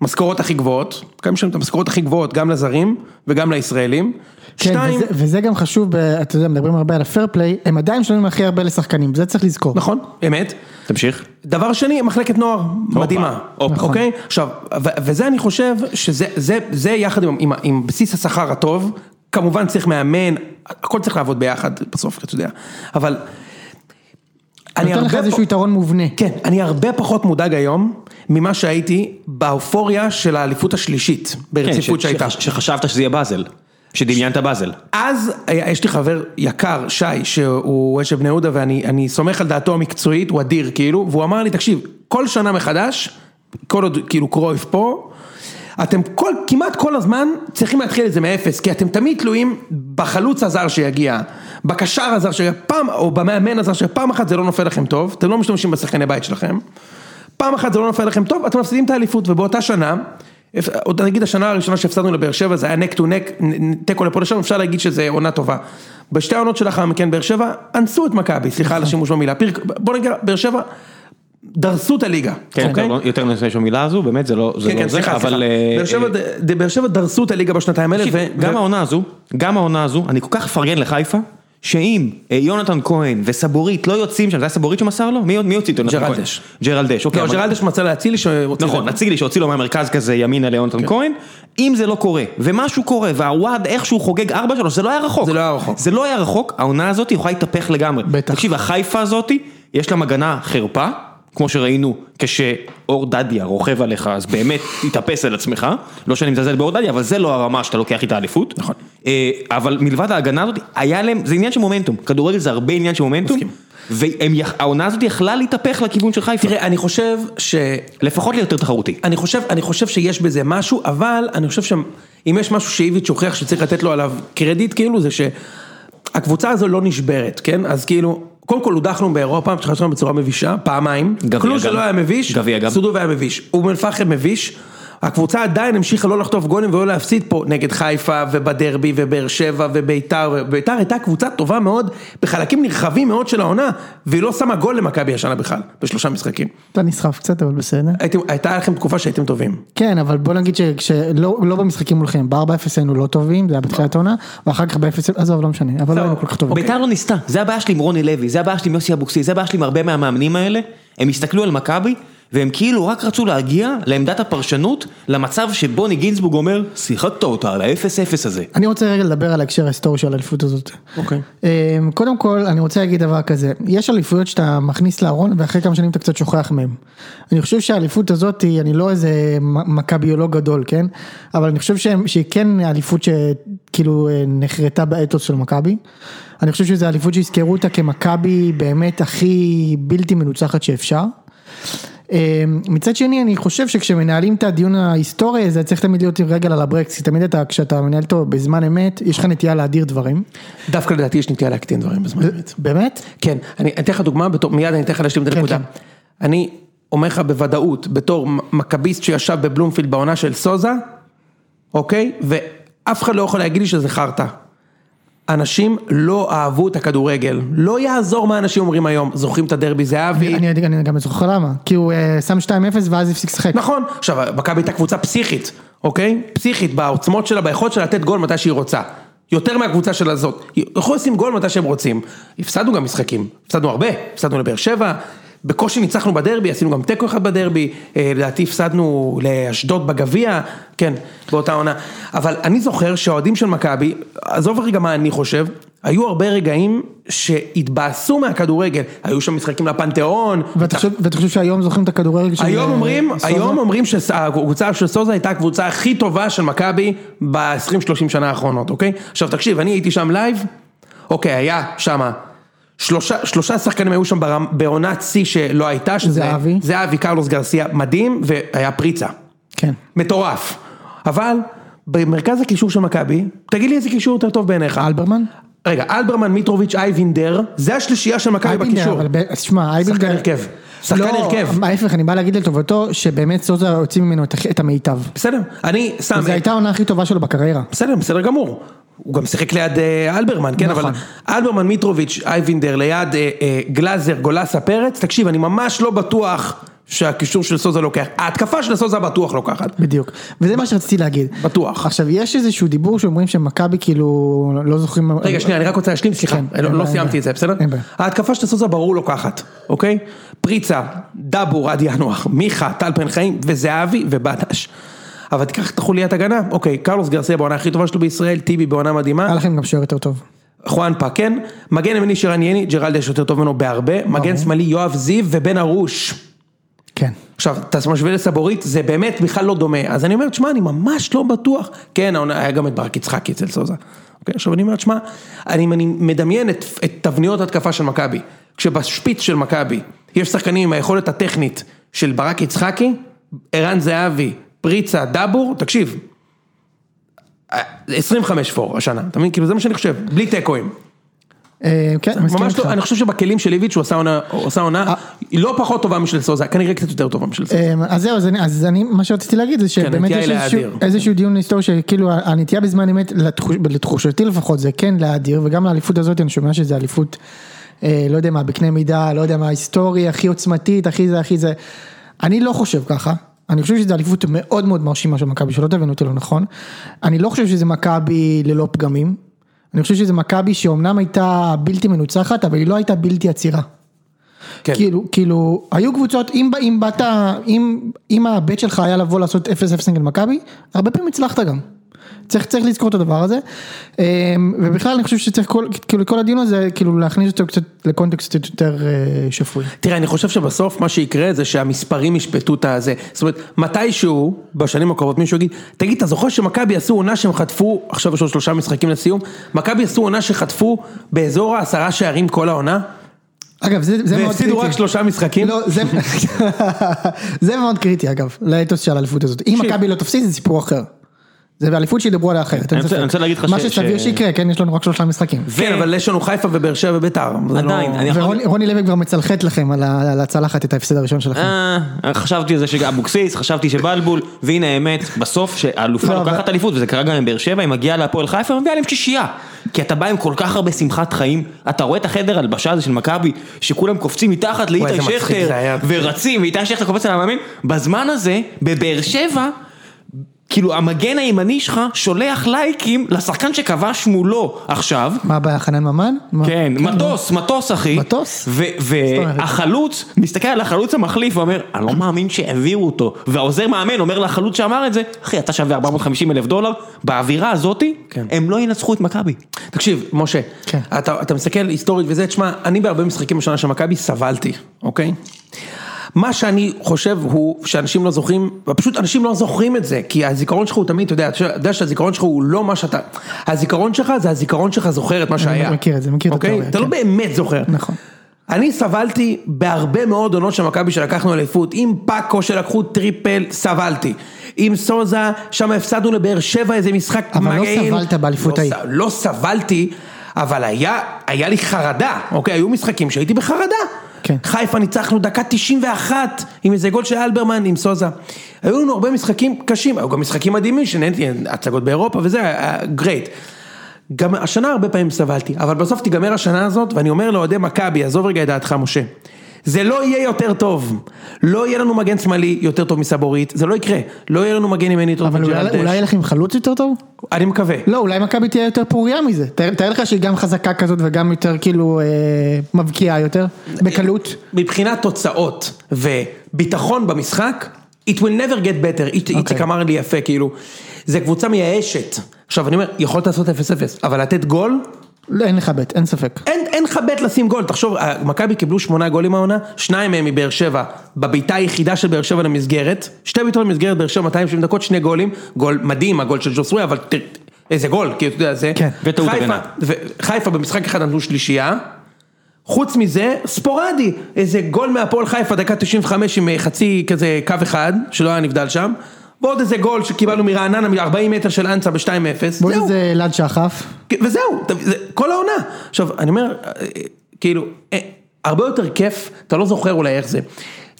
משכורות הכי גבוהות, גם שם את המשכורות הכי גבוהות, גם לזרים וגם לישראלים. כן, שתיים, וזה, וזה גם חשוב, ב- אתה יודע, מדברים הרבה על הפייר פליי, הם עדיין משלמים הכי הרבה לשחקנים, זה צריך לזכור. נכון, אמת. תמשיך. דבר שני, מחלקת נוער, מדהימה, הופה. אוקיי? עכשיו, ו- וזה אני חושב שזה זה, זה יחד עם, עם, עם בסיס השכר הטוב, כמובן צריך מאמן, הכל צריך לעבוד ביחד בסוף, אתה יודע, אבל... אני נותן לך הרבה איזשהו פ- יתרון מובנה. כן, אני הרבה פחות מודאג היום ממה שהייתי באופוריה של האליפות השלישית ברציפות כן, ש- שהייתה. ש- שחשבת שזה יהיה באזל, שדמיינת באזל. אז היה- יש לי חבר יקר, שי, שהוא אשת בני יהודה ואני אני סומך על דעתו המקצועית, הוא אדיר כאילו, והוא אמר לי, תקשיב, כל שנה מחדש, כל עוד כאילו קרויף פה, אתם כל, כמעט כל הזמן צריכים להתחיל את זה מאפס, כי אתם תמיד תלויים בחלוץ הזר שיגיע, בקשר הזר שיגיע, פעם, או במאמן הזר שיגיע, פעם אחת זה לא נופל לכם טוב, אתם לא משתמשים בשחקני בית שלכם, פעם אחת זה לא נופל לכם טוב, אתם מפסידים את האליפות, ובאותה שנה, אפ- עוד נגיד השנה הראשונה שהפסדנו לבאר שבע זה היה נק טו נק, נ- נ- תיקו לפה לשם, אפשר להגיד שזה עונה טובה. בשתי העונות שלאחר מכן באר שבע, אנסו את מכבי, סליחה על השימוש במילה, פיר- בוא נגיד, באר שבע, דרסו את הליגה, כן, אוקיי? יותר לא- יותר נעשה שם מילה הזו, באמת זה לא זה, כן, לא כן, זה, סליחה, סליחה. אבל... אה, באר שבע ד- ד- באר שבע דרסו את הליגה בשנתיים האלה, תקשיב, ו- גם ו- העונה הזו, גם העונה הזו, אני כל כך אפרגן לחיפה, שאם אה, יונתן כהן וסבורית לא יוצאים שם, זה היה סבורית שמסר לו? מי מי הוציא את יונתן ג'רלדש. כהן? ג'רלדש. אוקיי, לא, אבל- ג'רלדש מצא להצילי שרוצה... נכון, נציג לי שהוציא לו מהמרכז כזה ימינה ליונתן כן. כהן, אם זה לא קורה, ומשהו קורה, והוואד איכשהו חוגג 4-3, זה לא היה רחוק. זה לא היה רחוק. זה לא היה רחוק, העונה הזאת יכולה להתהפך לגמרי. בטח. תקשיב, החיפה הזאת, יש להם הגנה חרפה, כמו שראינו כשאור דדיה רוכב עליך, אז באמת תתאפס על עצמך. לא שאני מזלזל באור דדיה, אבל זה לא הרמה שאתה לוקח איתה אליפות. נכון. אה, אבל מלבד ההגנה הזאת, היה להם, זה עניין של מומנטום. כדורגל זה הרבה עניין של מומנטום. והעונה הזאת יכלה להתהפך לכיוון של חיפה. תראה, אני חושב ש... לפחות להיות יותר תחרותי. אני חושב, אני חושב שיש בזה משהו, אבל אני חושב שאם יש משהו שאיביץ' הוכיח שצריך לתת לו עליו קרדיט, כאילו, זה שהקבוצה הזו לא נשברת, כן? אז כאילו, קודם כל הודחנו באירופה, התחלנו בצורה מבישה, פעמיים. גביע כלום גם. שלא היה מביש, גביע גם. סודו היה מביש. אום אל-פחם מביש. הקבוצה עדיין המשיכה לא לחטוף גולים ולא להפסיד פה נגד חיפה ובדרבי ובאר שבע וביתר, ביתר הייתה קבוצה טובה מאוד בחלקים נרחבים מאוד של העונה והיא לא שמה גול למכבי השנה בכלל בשלושה משחקים. אתה נסחף קצת, אבל בסדר. הייתם, הייתה לכם תקופה שהייתם טובים. כן, אבל בוא נגיד שלא לא במשחקים מולכם, ב-4-0 היינו לא טובים, זה היה בתחילת העונה, ואחר כך ב-0, עזוב, לא משנה, אבל לא היינו כל כך טובים. ביתר לא ניסתה, זה הבעיה שלי עם רוני לוי, זה הבעיה שלי עם יוסי אבוקסיס, זה הבעיה שלי עם הרבה מהמאמנים האלה, הם הסתכלו על מכבי, והם כאילו רק רצו להגיע לעמדת הפרשנות, למצב שבוני גינזבורג אומר, שיחקת אותה על ה-0-0 הזה. אני רוצה רגע לדבר על ההקשר ההיסטורי של האליפות הזאת. אוקיי. אמ, קודם כל, אני רוצה להגיד דבר כזה, יש אליפויות שאתה מכניס לארון, ואחרי כמה שנים אתה קצת שוכח מהם. אני חושב שהאליפות הזאת, היא- אני לא איזה מ- מכביולוג גדול, כן? אבל אני חושב שהם- שהיא כן האליפות שכאילו אה, נחרטה באתוס של מכבי. אני חושב שזו אליפות שיזכרו אותה כמכבי באמת הכי בלתי מנוצחת שאפשר. אה, מצד שני אני חושב שכשמנהלים את הדיון ההיסטורי הזה צריך תמיד להיות עם רגל על הברקס, כי תמיד אתה, כשאתה מנהל אותו בזמן אמת, יש לך נטייה להדיר דברים. דווקא לדעתי יש נטייה להקטין דברים בזמן אמת. באמת? כן, אני אני אתן לך דוגמה, בתור- מיד אני אתן לך להשלים את כן, הנקודה. כן. אני אומר לך בוודאות, בתור מ- מכביסט שישב בבלומפילד בעונה של סוזה, אוקיי? ואף אחד לא יכול להגיד לי שזה חרטא. אנשים לא אהבו את הכדורגל, לא יעזור מה אנשים אומרים היום, זוכרים את הדרבי זהבי, אני, אני, אני גם לא זוכר למה, כי הוא אה, שם 2-0 ואז הפסיק לשחק. נכון, עכשיו מכבי הייתה קבוצה פסיכית, אוקיי? פסיכית בעוצמות שלה, ביכולת שלה לתת גול מתי שהיא רוצה. יותר מהקבוצה של הזאת. יכולו לשים גול מתי שהם רוצים. הפסדנו גם משחקים, הפסדנו הרבה, הפסדנו לבאר שבע, בקושי ניצחנו בדרבי, עשינו גם תיקו אחד בדרבי, אה, לדעתי הפסדנו לאשדוד בגביע, כן, באותה עונה. אבל אני זוכר שהאוהדים של מכבי, עזוב רגע מה אני חושב, היו הרבה רגעים שהתבאסו מהכדורגל, היו שם משחקים לפנתיאון, ואתה חושב, ואתה חושב שהיום זוכרים את הכדורגל של... היום אה, אומרים, סוזה? היום אומרים שהקבוצה של סוזה הייתה הקבוצה הכי טובה של מכבי ב-20-30 שנה האחרונות, אוקיי? עכשיו תקשיב, אני הייתי שם לייב, אוקיי, היה שמה שלושה, שלושה שחקנים היו שם ברמ, בעונת שיא שלא הייתה, שזה זהבי. זהבי, קרלוס גרסיה, מדהים, והיה פריצה. כן. מטורף. אבל במרכז הקישור של מכבי, תגיד לי איזה קישור יותר טוב בעיניך. אלברמן? רגע, אלברמן, מיטרוביץ', אייבינדר, זה השלישייה של מכבי אייבינדר, בקישור. אבל ב- תשמע, אייבינדר... שחקן הרכב. שחקן לא, הרכב. ההפך, אני בא להגיד לטובתו, שבאמת סוזה יוצאים ממנו את הכ- את המיטב. בסדר, אני שם... זו הייתה העונה הכי טובה שלו בקריירה. בסדר, בסדר גמור. הוא גם שיחק ליד אה, אלברמן, כן? נכון. אבל אלברמן, מיטרוביץ', אייבינדר, ליד אה, אה, גלאזר, גולסה, פרץ, תקשיב, אני ממש לא בטוח שהקישור של סוזה לוקח. ההתקפה של סוזה בטוח לוקחת. בדיוק, וזה מה שרציתי להגיד. בטוח. עכשיו, יש איזשהו דיבור שאומרים שמכבי כאילו לא זוכרים... רגע, שנייה, אני רק רוצה להשלים, סליחה, כן, לא- אין לא בעיה, אין סיימתי את זה, בסדר? אין בעיה. ההתקפה של סוזה ברור לוקחת, אוקיי? פריצה, דבור עד ינואר, מיכה, טל פן חיים וזהבי ובדש. אבל תיקח את החוליית הגנה, אוקיי, קרלוס גרסיה בעונה הכי טובה שלו בישראל, טיבי בעונה מדהימה, היה לכם גם שוער יותר טוב. חואנפה כן, מגן ימיני שרן יני, ג'רלד יש יותר טוב ממנו בהרבה, מגן שמאלי יואב זיו ובן ארוש. כן. עכשיו, אתה משווה לסבורית, זה באמת בכלל לא דומה. אז אני אומר, תשמע, אני ממש לא בטוח. כן, העונה- היה גם את ברק יצחקי אצל סוזה. אוקיי, עכשיו אני אומר, תשמע, אני, אני מדמיין את, את תבניות התקפה של מכבי. כשבשפיץ של מכבי יש שחקנים עם היכולת הטכנית של ברק יצחקי, ערן זהבי, פריצה, דבור, תקשיב. 25 פור השנה, אתה מבין? כאילו זה מה שאני חושב, בלי תיקואים. אה, כן, אני מסכים ממש איתך. אה. לא, אני חושב שבכלים של איביץ' הוא עשה עונה, הוא עשה עונה, היא לא פחות טובה משל סוזה, כנראה קצת יותר טובה משל סוזה. אמ, אז זהו, אז אני, אז אני, מה שרציתי להגיד זה שבאמת כן, הנטייה יש היא איזשהו, להאדיר. איזשהו דיון היסטורי שכאילו הנטייה בזמן אמת, לתחוש, לתחושתי לפחות, זה כן להאדיר, וגם לאליפות הזאת אני שומע שזה אליפות, אה, לא יודע מה, בקנה מידה, לא יודע מה, היסטורי, הכי עוצמתית, הכי זה, הכי זה. אני לא חושב ככה. אני חושב שזו אליפות מאוד מאוד מרשימה של מכבי, שלא תבינו אותי לא נכון. אני לא חושב שזה מכבי ללא פגמים. אני חושב שזה מכבי שאומנם הייתה בלתי מנוצחת, אבל היא לא הייתה בלתי עצירה. כן. כאילו, כאילו, היו קבוצות, אם, ב- אם באת, אם, אם הבט שלך היה לבוא לעשות 0-0 נגד מכבי, הרבה פעמים הצלחת גם. צריך, צריך לזכור את הדבר הזה. אמ, ובכלל אני חושב שצריך כל, כאילו, כל הדיון הזה, כאילו להכניס אותו קצת לקונטקסט קצת יותר אה, שפוי. תראה, אני חושב שבסוף מה שיקרה זה שהמספרים ישפטו את הזה. זאת אומרת, מתישהו, בשנים הקרובות, מישהו יגיד, תגיד, אתה זוכר שמכבי עשו עונה שהם חטפו, עכשיו יש עוד שלושה משחקים לסיום, מכבי עשו עונה שחטפו באזור העשרה שערים כל העונה, אגב, זה, זה מאוד קריטי. והפסידו רק שלושה משחקים? לא, זה, זה מאוד קריטי אגב, לאתוס של האליפות הזאת. אם תקשיב. מכבי לא תפסיד זה סיפור אחר. זה באליפות שידברו עליה אחרת. אין רוצה- ספק. אני רוצה להגיד לך מה ש- שסביר ש- שיקרה, כן, יש לנו רק שלושה משחקים. כן, אבל יש לנו חיפה ובאר שבע וביתר. זה לא- עדיין, אני יכול... ורוני רוני לוי כבר מצלחת לכם על ה- על הצלחת את ההפסד הראשון שלכם. אה, חשבתי על זה שאבוקסיס, חשבתי שבלבול, והנה האמת, בסוף שהאלופה לא, לוקחת אבל- אליפות, וזה קרה גם עם באר שבע, היא מגיעה להפועל חיפה, היא מביאה להם שישייה. כי אתה בא עם כל כך הרבה שמחת חיים, אתה רואה את החדר הלבשה הזה של מכבי, שכולם קופצים מתחת לאיתי איזה מצחיק שכטר, זה היה. ורצים, ואיתי שכטר קופץ על המאמין, בזמן הזה, בבאר שבע, כאילו המגן הימני שלך שולח לייקים לשחקן שכבש מולו עכשיו, מה הבעיה, חנן ממן? מה- כן, מטוס, מטוס אחי. מטוס? ו- אומרת? והחלוץ מסתכל על החלוץ המחליף ואומר, אני לא מאמין שהעבירו אותו. והעוזר מאמן אומר לחלוץ שאמר את זה, אחי, אתה שווה 450 אלף דולר, באווירה הזאתי, כן. הם לא ינצחו את מכבי. תקשיב, משה, כן. אתה, אתה מסתכל היסטורית וזה, תשמע, אני בהרבה משחקים בשנה של מכבי סבלתי, אוקיי? מה שאני חושב הוא שאנשים לא זוכרים, פשוט אנשים לא זוכרים את זה, כי הזיכרון שלך הוא תמיד, אתה יודע, אתה יודע שהזיכרון שלך הוא לא מה שאתה, הזיכרון שלך זה הזיכרון שלך זוכר את מה שהיה. מכיר את זה, מכיר את אוקיי? התיאוריה, אתה לא כן. באמת זוכר. נכון. אני סבלתי בהרבה מאוד עונות של מכבי שלקחנו אליפות, עם פאקו שלקחו טריפל, סבלתי. עם סוזה, שם הפסדנו לבאר שבע איזה משחק אבל לא מגעיל. סבלת באליפות לא ההיא. ס- לא סבלתי, אבל היה, היה לי חרדה, אוקיי? היו משחקים שהייתי בחרדה. כן. חיפה ניצחנו דקה 91 עם איזה גול של אלברמן עם סוזה. היו לנו הרבה משחקים קשים, היו גם משחקים מדהימים שנהניתי, הצגות באירופה וזה, היה גרייט. גם השנה הרבה פעמים סבלתי, אבל בסוף תיגמר השנה הזאת, ואני אומר לאוהדי מכבי, עזוב רגע את דעתך משה. זה לא יהיה יותר טוב, לא יהיה לנו מגן שמאלי יותר טוב מסבורית, זה לא יקרה, לא יהיה לנו מגן ימני יותר טוב אבל אולי- מג'רלדש. אולי יהיה לכם חלוץ יותר טוב? אני מקווה. לא, אולי מכבי תהיה יותר פוריה מזה. תאר תאר לך שהיא גם חזקה כזאת וגם יותר כאילו אה, מבקיעה יותר, בקלות. מבחינת תוצאות וביטחון במשחק, it will never get better, אית- איציק אמר לי יפה, כאילו, זה קבוצה מייאשת. עכשיו אני אומר, יכולת לעשות 0-0, אבל לתת גול, לא, אין לך בית, אין ספק. אין, אין לך בית לשים גול, תחשוב, אה, מכבי קיבלו שמונה גולים העונה, שניים מהם מבאר שבע, בבעיטה היחידה של באר שבע למסגרת, שתי בעיטות למסגרת, באר שבע 270 דקות, שני גולים, גול מדהים, הגול של ג'וסווי, אבל ת, איזה גול, כאילו, אתה יודע, זה... כן, וטעות חיפה- הגנה. ו- חיפה במשחק אחד נתנו שלישייה, חוץ מזה, ספורדי, איזה גול מהפועל חיפה, דקה 95 עם אה, חצי כזה קו אחד, שלא היה נבדל שם, ועוד איזה גול שקיבלנו מרעננה, מ-40 מטר של אנסה ב-2-0, בוא זהו. איזה אלעד שחף. כן, וזהו, אתה- זה- כל העונה. עכשיו, אני אומר, אה, אה, כאילו, אה, הרבה יותר כיף, אתה לא זוכר אולי איך זה. לא,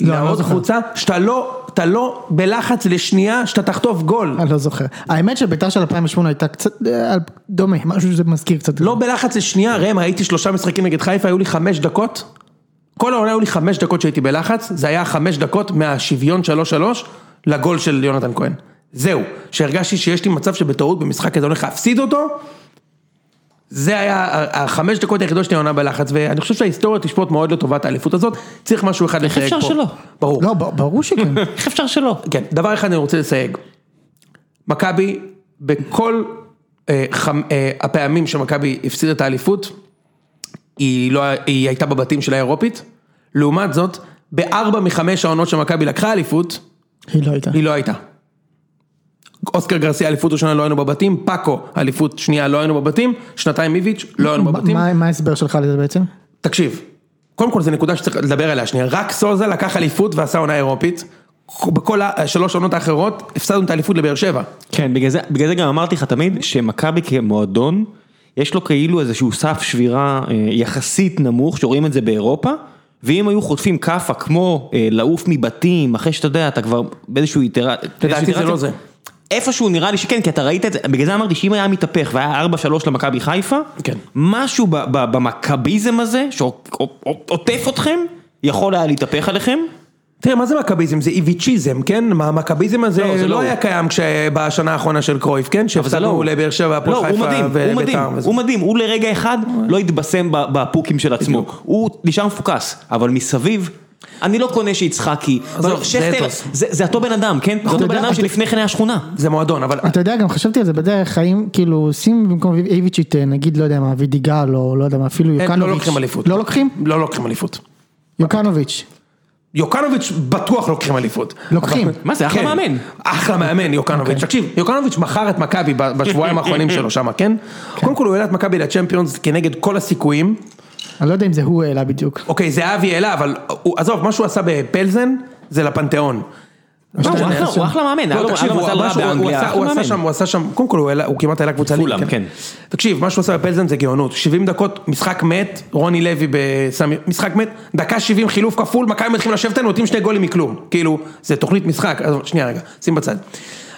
אני לא לעלות זוכר. החוצה, שאתה לא, אתה לא בלחץ לשנייה שאתה תחטוף גול. אני לא זוכר. האמת שביתר של 2008 הייתה קצת אה, על- דומה, משהו שזה מזכיר קצת. לא בלחץ כן. לשנייה, ראם, הייתי שלושה משחקים נגד חיפה, היו לי חמש דקות. כל העונה היו לי חמש דקות שהייתי בלחץ, זה היה חמש דקות מהשוויון 3-3 לגול של יונתן כהן. זהו, שהרגשתי שיש לי מצב שבטעות במשחק הזה הולך להפסיד אותו. זה היה ה- החמש דקות היחידות שלי העונה בלחץ, ואני חושב שההיסטוריה תשפוט מאוד לטובת האליפות הזאת, צריך משהו אחד לחייג פה. אפשר שלא? ברור. לא, ב- ברור שכן. איך אפשר שלא? כן, דבר אחד אני רוצה לסייג. מכבי, בכל אה, חמ, אה, הפעמים שמכבי הפסידה את האליפות, היא, לא, היא הייתה בבתים של האירופית. לעומת זאת, בארבע מחמש העונות שמכבי לקחה אליפות, היא לא הייתה. היא לא הייתה. אוסקר גרסיה, אליפות ראשונה לא היינו בבתים, פאקו, אליפות שנייה לא היינו בבתים, שנתיים איביץ' לא היינו מה- בבתים. מה מה ההסבר שלך לזה בעצם? תקשיב, קודם כל זו נקודה שצריך לדבר עליה שנייה, רק סוזה לקח אליפות ועשה עונה אירופית, בכל השלוש עונות האחרות הפסדנו את האליפות לבאר שבע. כן, בגלל זה, בגלל זה גם אמרתי לך תמיד, שמכבי כמועדון, יש לו כאילו איזשהו סף שבירה אה, יחסית נמוך, שרואים את זה באירופה, ואם היו חוטפים כאפה כמו אה, לעוף מבתים, אחרי שאתה יודע, אתה כבר באיזשהו איטרה... לדעתי זה איזשהו לא זה. איפשהו נראה לי שכן, כי אתה ראית את זה, בגלל זה אמרתי שאם היה מתהפך והיה 4-3 למכבי חיפה, כן. משהו ב- ב- במכביזם הזה, שעוטף אתכם, יכול היה להתהפך עליכם. תראה, מה זה מכביזם? זה איביצ'יזם, כן? מה- המכביזם לא, הזה זה לא לא היה הוא. קיים כש- בשנה האחרונה של קרויף, כן? אבל זה לא שהפסדנו הוא. לבאר שבע, הפועל לא, הוא חיפה מדהים, הוא מדהים, ובית"ר. וזה. הוא מדהים, הוא לרגע אחד לא התבשם ב- בפוקים של עצמו. הוא נשאר מפוקס, אבל מסביב, אני לא קונה שיצחקי. עזוב, אבל זה שכטר, אתוס. נכון, זה זה אותו בן אדם, כן? זה אותו אתה בן יודע, אדם אתה- שלפני כן היה שכונה. זה מועדון, אבל אתה יודע, גם חשבתי על זה בדרך, האם כאילו שים במקום איביץ' את, נגיד, לא יודע מה, וידיגל, או לא יודע מה, אפילו הם יוקנוביץ'. לא לוקחים אליפות. לא לוקחים? לא לוקחים אליפות. יוקנוביץ'. יוקנוביץ' בטוח לוקחים אליפות. לוקחים. אבל- מה זה, אחלה כן. מאמן. אחלה מאמן יוקנוביץ'. תקשיב, יוקנוביץ' מכר את מכבי ב- בשבועיים האחרונים שלו שם, כן? קודם כל הוא העלה את מכבי לצ'מפיונס כנגד כל הסיכויים. אני לא יודע אם זה הוא העלה בדיוק. אוקיי, זה אבי העלה, אבל הוא- עזוב, מה שהוא עשה בפלזן זה לפנתיאון. לא, הוא אחלה- הוא אחלה מאמן, היה לא, לו- היה תקשיב, לו הוא מזל רע משהו- הוא באנגליה, עשה- אחלה הוא עשה מאמן. שם, הוא עשה שם, קודם כל הוא העלה- הוא כמעט העלה קבוצה פולאם, כן. תקשיב, מה שהוא עשה בפלזן זה גאונות, 70 דקות, משחק מת, רוני לוי בסמי, משחק מת, דקה 70 חילוף כפול, מכבי מתחילים לשבת עלינו, נותנים שני גולים מכלום, כאילו, זה תוכנית משחק, אז שנייה רגע, שים בצד.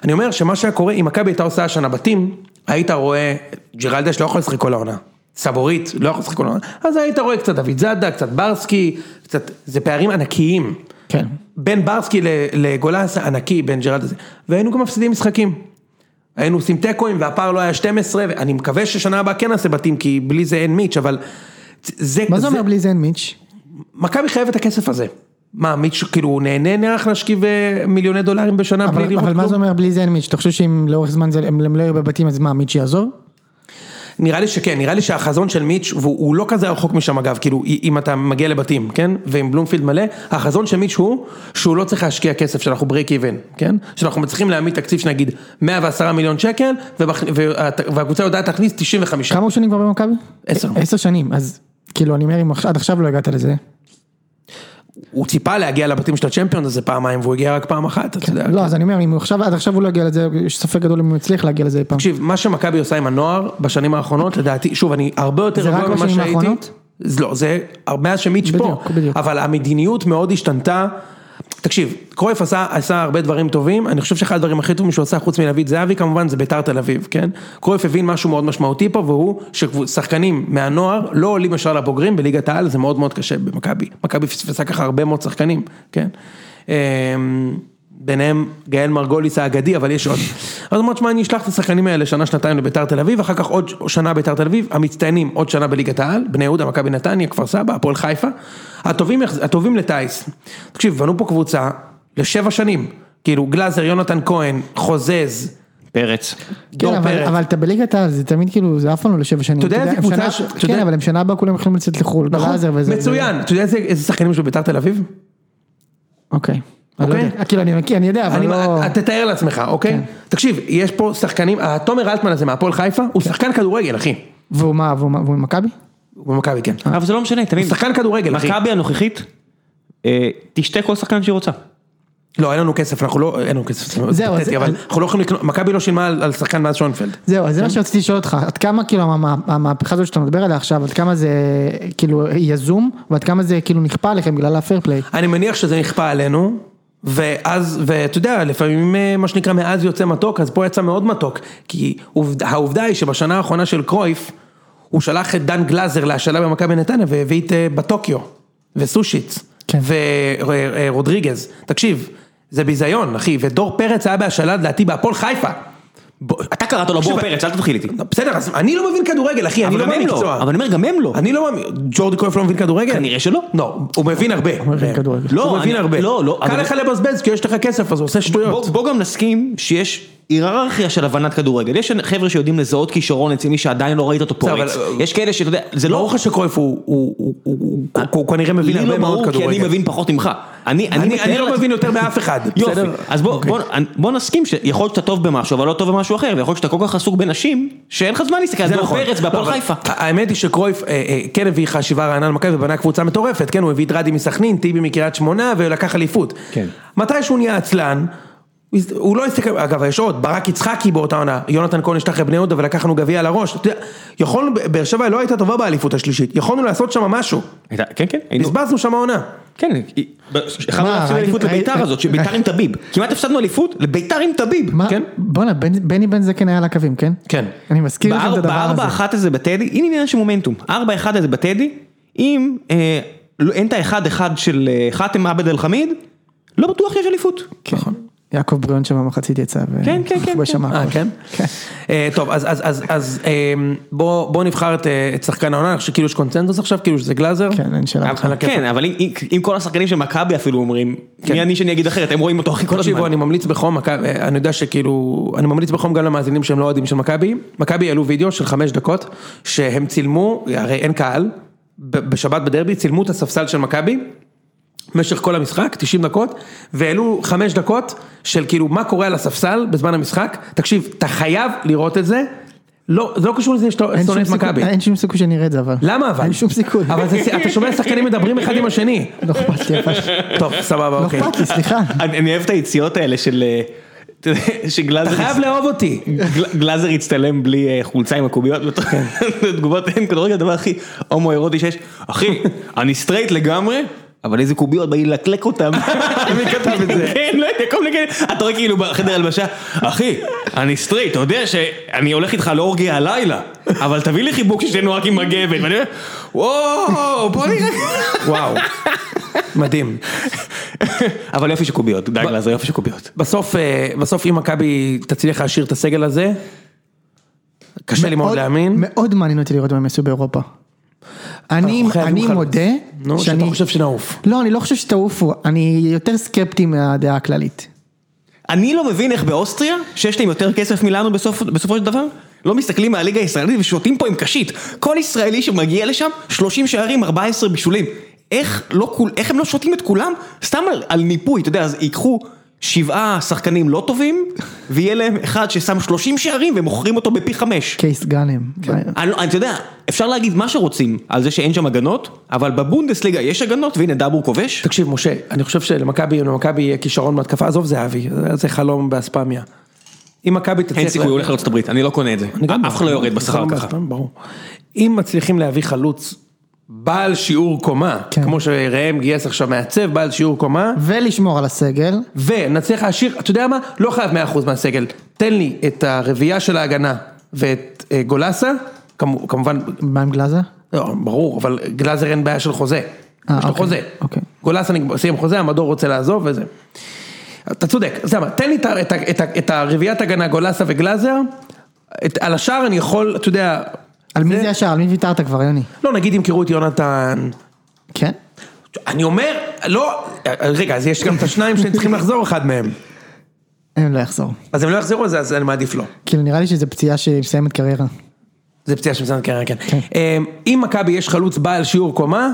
אני אומר שמה שהיה קורה, אם מכבי הייתה עושה השנה בתים, היית רואה, ג'רלדש לא יכול לשחק כל העונה, סבורית, לא יכול לשחק כל העונה, אז היית רואה קצת דוד זאדה, קצת ברסקי, קצת, זה פערים ענקיים. כן. בין ברסקי ל- לגולס ענקי, בין ג'רלד הזה, והיינו גם מפסידים משחקים. היינו עושים תיקואים והפער לא היה 12, ואני מקווה ששנה הבאה כן נעשה בתים, כי בלי זה אין מיץ', אבל זה, מה זה אומר בלי זה אין מיץ'? מכבי חייבת את הכסף הזה. מה, מיץ' כאילו הוא נהנה נערך להשכיב אה, מיליוני דולרים בשנה אבל- בלי לראות אבל כלום? מה זה אומר בלי זה אין מיץ'? אתה חושב שאם לאורך זמן זה- הם הם לא יהיו בבתים, אז מה, מיץ' יעזוב? נראה לי שכן, נראה לי שהחזון של מיץ', והוא הוא לא כזה רחוק משם אגב, כאילו אי- אם אתה מגיע לבתים, כן? ועם בלומפילד מלא, החזון של מיץ' הוא שהוא לא צריך להשקיע כסף, שאנחנו break even, כן? שאנחנו מצליחים להעמיד תקציב של נגיד 110 מיליון שקל, ובכ... וה... והקבוצה יודעת להכניס 95. כמה הוא שנים כבר במכבי? עשר. עשר שנים, אז כאילו אני אומר, אם עד עכשיו לא הגעת לזה. הוא ציפה להגיע לבתים של הצ'מפיונס הזה פעמיים, והוא הגיע רק פעם אחת, אתה יודע. כן. לא, אז אני אומר, אם הוא עכשיו, עד עכשיו הוא לא הגיע לזה, יש ספק גדול אם הוא יצליח להגיע לזה אי פעם. תקשיב, מה שמכבי עושה עם הנוער בשנים האחרונות, לדעתי, שוב, אני הרבה יותר זה רק רגוע ממה בשנים שהייתי. האחרונות? זה לא, זה מאז שמיץ' פה, בדיוק, בדיוק. אבל המדיניות מאוד השתנתה. תקשיב, קרויף עשה, עשה הרבה דברים טובים, אני חושב שאחד הדברים הכי טובים שהוא עשה חוץ מלהביא את זהבי כמובן זה ביתר תל אביב, כן? קרויף הבין משהו מאוד משמעותי פה והוא ששחקנים מהנוער לא עולים ישר לבוגרים בליגת העל, זה מאוד מאוד קשה במכבי. מכבי פספסה ככה הרבה מאוד שחקנים, כן? אמ, ביניהם גאל מרגוליס האגדי, אבל יש עוד. אז אמרת, שמע, אני אשלח את השחקנים האלה שנה, שנתיים לביתר תל אביב, אחר כך עוד שנה ביתר תל אביב, המצטיינים עוד שנה בליגת העל, בני יהודה, מכבי נתניה, כפר סבא, הפועל חיפה, הטובים, יחז- הטובים לטיס. תקשיב, בנו פה קבוצה לשבע שנים, כאילו גלאזר, יונתן כהן, חוזז, פרץ. דור כן, אבל, פרץ. אבל אתה בליגת העל, זה תמיד כאילו, זה אף פעם לא לשבע שנים. אתה יודע איזה קבוצה הם ש- שנה, אתה כן, יודע- אבל הם שנה הבאה כולם יכולים לצאת לחו"ל, בלאזר וזה. מצוין, אתה יודע איזה- איזה שחקנים יש בביתר תל אביב? אוקיי. אני לא אוקיי. יודע. כאילו, אני מכיר, אני יודע, אבל אני, לא... כן. אתה תתאר לעצמך, אוקיי? תקשיב, יש כן. פה שחקנים, התומר אלטמן הזה מהפועל חיפה, הוא שחקן כדורגל, אחי. והוא מה, והוא מה- והוא עם מכבי? הוא במכבי, כן. אה. אבל זה לא משנה, תמיד. הוא שחקן כדורגל, אחי. מכבי הנוכחית, אה, תשתה כל שחקן שהיא רוצה. לא, אין לנו כסף, אנחנו לא, אין לנו כסף, זהו, פתטי, אז- אבל אנחנו לא יכולים לקנות, מכבי לא שילמה על על שחקן מאז שונפלד. זהו, אז זה כן. מה שרציתי לשאול אותך, עד כמה כאילו המה- המהפכה הזאת שאתה מדבר עליה עכשיו, עד כמה זה כאילו יזום, ועד כמה זה כאילו נכפה עליכם בגלל הפייר פליי. אני מניח שזה נכפה עלינו, ואז, ואתה יודע, לפעמים אה, מה שנקרא מאז יוצא מתוק, אז פה יצא מאוד מתוק, כי עובד, העובדה היא שבשנה האחרונה של קרויף, הוא שלח את דן גלאזר להשאלה במכבי נתניה והביא את אה, בטוקיו, וסושיץ, כן. ורודריגז, תקשיב, זה ביזיון, אחי, ודור פרץ היה בהשאלה לדעתי בהפועל חיפה. בוא, אתה קראת לו בור פרץ, אל תתחיל איתי. בסדר, אז אני לא מבין כדורגל, אחי, אני אבל לא גם הם במקצוע. לא, אבל אני אומר, גם הם לא. אני לא מאמין, ג'ורדי קרויף לא מבין כדורגל? כנראה שלא. לא, הוא מבין הרבה. כן. הוא מבין כדורגל. לא, הוא מבין אני- הרבה. לא, לא, קל אבל- לך לבזבז כי יש לך כסף אז הוא עושה בוא, שטויות. בוא גם נסכים שיש היררכיה של הבנת כדורגל. יש חבר'ה שיודעים לזהות כישרון אצל מי שעדיין לא ראית אותו בסדר, פורץ. אבל- יש כאלה שאתה יודע, זה לא... ברור לך שקרויף הוא- הוא- הוא- הוא הוא- הוא כנראה מבין לי הרבה לא מאוד ברור, כי אני כדורגל. מבין פחות ממך. אני, אני, אני מתאר אני לא לעצמי- מבין יותר מאף אחד, יופי, בסדר? אז בוא, בוא, בוא נסכים שיכול להיות שאתה טוב במשהו, אבל לא טוב במשהו אחר, ויכול להיות שאתה כל כך עסוק בנשים, שאין לך זמן להסתכל, על דור פרץ בהפועל לא, אבל חיפה. האמת היא שקרויף אה, אה, כן הביא חשיבה רעננה למכבי ובנה קבוצה מטורפת, כן, הוא הביא את רדי מסכנין, טיבי מקריית שמונה ולקח אליפות. כן. מתי שהוא נהיה עצלן, הוא לא הסתכל, אגב יש עוד, ברק יצחקי באותה עונה, יונתן כהן השטח לבני יהודה ולקחנו גביע על הראש, אתה יודע, יכולנו, באר שבע לא הייתה טובה באליפות השלישית, יכולנו לעשות שם משהו, הייתה- כן, כן, היינו- בזבזנו שם העונה. כן, היא- מה, החלטנו להפסיד ראיתי- אליפות ראיתי- לביתר הזאת, שביתר עם טביב. כמעט הפסדנו אליפות לביתר עם טביב. מה, כן. בואנה, בני- בני בן זקן היה על הקווים, כן? כן. אני מזכיר לכם את הדבר הזה. בארבע אחת הזה בטדי, הנה עניין של מומנטום, ארבע אחד הזה בטדי, אם אה, לא- אין את האחד אחד של אה, חאתם עבד אל חמיד, לא בטוח שיש אליפות. נכון. יעקב בריאון שם במחצית יצא, ו- כן, כן, כן, הוא שמע אה, הכל. כן? אה, טוב, אז- אז- אז- אז בואו נבחר את, אה, את שחקן העונה, אני חושב שכאילו יש קונצנזוס עכשיו, כאילו שזה גלאזר. אה, כן, אין שאלה. בכלל. על הכיפאק. כן, אבל אם- אם- אם כל השחקנים של מכבי אפילו אומרים, מי אני שאני אגיד אחרת, הם רואים אותו הכי כל תקשיבו, הזמן. אני ממליץ בחום, מכבי- אני יודע שכאילו, אני ממליץ בחום גם למאזינים שהם לא אוהדים של מכבי. מכבי העלו וידאו של חמש דקות, שהם צילמו, הרי אין קהל, ב- בשבת בדרבי, צילמו את הספסל של מכבי, במשך כל המשחק, 90 דקות, והעלו חמש דקות של כאילו מה קורה על הספסל בזמן המשחק. תקשיב, אתה חייב לראות את זה, לא, זה לא קשור לזה שאתה אין שונא שום את סיכוי- מכבי. אין שום סיכוי שנראה את זה אבל. למה אבל? אין שום סיכוי. אבל זה- אתה שומע שחקנים מדברים אחד עם השני. לא אכפת לי אבל. טוב, סבבה, לא אוקיי. אכפת לי, סליחה. אני אני אוהב את היציאות האלה של... אה, אתה יודע, אתה שגלאזר חייב לאהוב אותי. גל- גלאזר הצטלם בלי אה, חולצה עם הקוביות, כן. תגובות אין כדורגל, הדבר הכי הומואירוטי שיש, אחי, אני סטרייט לגמרי, אבל איזה קוביות, בא לי ללקלק אותם. מי כתב את זה? כן, לא יודע, כל מיני כאלה, אתה רואה כאילו בחדר הלבשה, אחי, אני סטרייט, אתה יודע שאני הולך איתך לאורגיה הלילה, אבל תביא לי חיבוק ששתינו רק עם מגבת, ואני אומר, וואו, בוא נראה. וואו, מדהים. אבל יופי של קוביות, די גלאזר, יופי של קוביות. בסוף, אה, בסוף אם מכבי תצליח להשאיר את הסגל הזה, קשה לי מאוד להאמין. מאוד מעניין אותי לראות מה הם יעשו באירופה. אני אנחנו חייבים אני חלוץ. מודה נו, שאתה שאני... חושב שנעוף. לא, אני לא חושב שתעופו, אני יותר סקפטי מהדעה הכללית. אני לא מבין איך באוסטריה, שיש להם יותר כסף מלנו בסוף, בסופו של דבר, לא מסתכלים מהליגה הישראלית ושותים פה עם קשית. כל ישראלי שמגיע לשם, 30 שערים, 14 בישולים. איך, לא, כול- איך הם לא שותים את כולם? סתם על, על ניפוי, אתה יודע, אז ייקחו שבעה שחקנים לא טובים, ויהיה להם אחד ששם 30 שערים ומוכרים אותו בפי חמש. קייס גאנם. כן. אני, לא- אתה יודע, אפשר להגיד מה שרוצים על זה שאין שם הגנות, אבל בבונדסליגה יש הגנות, והנה דאבור כובש. תקשיב, משה, אני חושב שלמכבי, למכבי יהיה כישרון בהתקפה, עזוב זהבי, זה- זה חלום באספמיה. אם מכבי תצליח... אין סיכוי, הוא הולך לארצות הברית, אני לא קונה את זה. אני גם אף אחד לא יורד בשכר חלום ככה. באספמיה, ברור. אם מצליחים להביא חלוץ בעל שיעור קומה, כן. כמו שראם גייס עכשיו מעצב, בעל שיעור קומה, ולשמור על הסגל. ונצליח להשאיר, אתה יודע מה? לא חייב 100% מהסגל. תן לי את הרביעייה של ההגנה ואת אה, גולסה, כמו- כמובן, מה עם גלאזר? לא, ברור, אבל גלאזר אין בעיה של חוזה. יש לו אוקיי, חוזה. אוקיי. גולסה נגמר- סיים חוזה, המדור רוצה לעזוב וזה. אתה צודק, אז למה, תן לי את ה- את ה- את ה- את הרביעיית הגנה, גולסה וגלאזר, את- על השאר אני יכול, אתה יודע, על מי זה- זה ישר? על מי ויתרת כבר, יוני? לא נגיד אם קראו את יונתן, כן? אני אומר, לא, רגע, אז יש גם את השניים שצריכים לחזור אחד מהם, הם לא יחזור. אז הם לא יחזרו על זה, אז אני מעדיף לא. כאילו נראה לי שזו פציעה שמסיימת קריירה. זה פציעה של מסעדת קריירה, כן. אמ, אם מכבי יש חלוץ בעל שיעור קומה,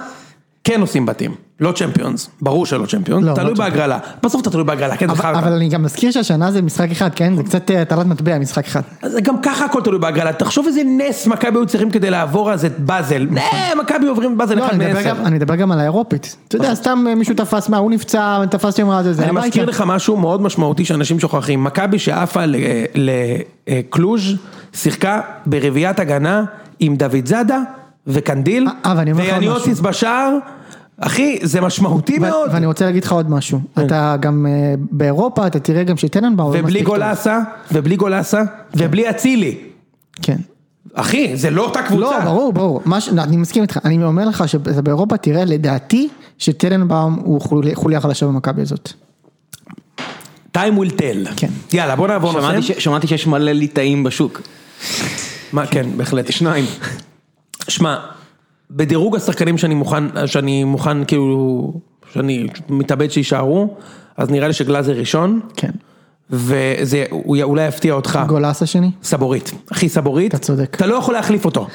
כן עושים בתים. לא צ'מפיונס, ברור שלא צ'מפיונס, לא, לא תלוי צ'מפיונס. בהגרלה, בסוף אתה תלוי בהגרלה, כן, זה אבל, חרטא. אבל אני גם מזכיר שהשנה זה משחק אחד, כן? זה קצת אה, הטלת מטבע, משחק אחד. אז גם ככה הכל תלוי בהגרלה, תחשוב איזה נס מכבי היו צריכים כדי לעבור אז את באזל. אה, מכבי עוברים את באזל נכון. לא, אחד אני מדבר, מעשר. גם, אני מדבר גם על האירופית. אתה יודע, סתם אה, מישהו תפס מה, הוא נפצע, תפס שם רע, זה, זה אני הביתה. מזכיר לך משהו מאוד משמעותי שאנשים שוכחים, מכבי שעפה לקלוז' שיחקה ברביעיית הגנה עם דוד זאדה וקנדיל, אה, אה, ואני אומר לך עוד ויאניוסיס בשער, אחי זה משמעותי מאוד, כן. ו- ואני רוצה להגיד לך עוד משהו. אתה גם אה, באירופה, אתה תראה גם שטננבאום. לא ובלי מספיק טוב. גולסה, ובלי גולסה, ובלי אצילי, כן. אחי זה לא אותה קבוצה, לא, ברור, ברור. מה ש- לא, אני מסכים איתך. אני אומר לך שבאירופה תראה, לדעתי, שטננבאום הוא חוליה- חוליה חלשה במכבי הזאת. time will tell, כן. יאללה בוא נעבור שמעתי נושא, ש- שמעתי שיש מלא ליטאים בשוק. מה, כן בהחלט, שניים. שמע, בדירוג השחקנים שאני מוכן, שאני מוכן כאילו, שאני מתאבד שיישארו, אז נראה לי שגלאזר ראשון, כן. וזה הוא י- אולי יפתיע אותך. גולאסה שני. סבורית, אחי סבורית, אתה צודק. אתה לא יכול להחליף אותו.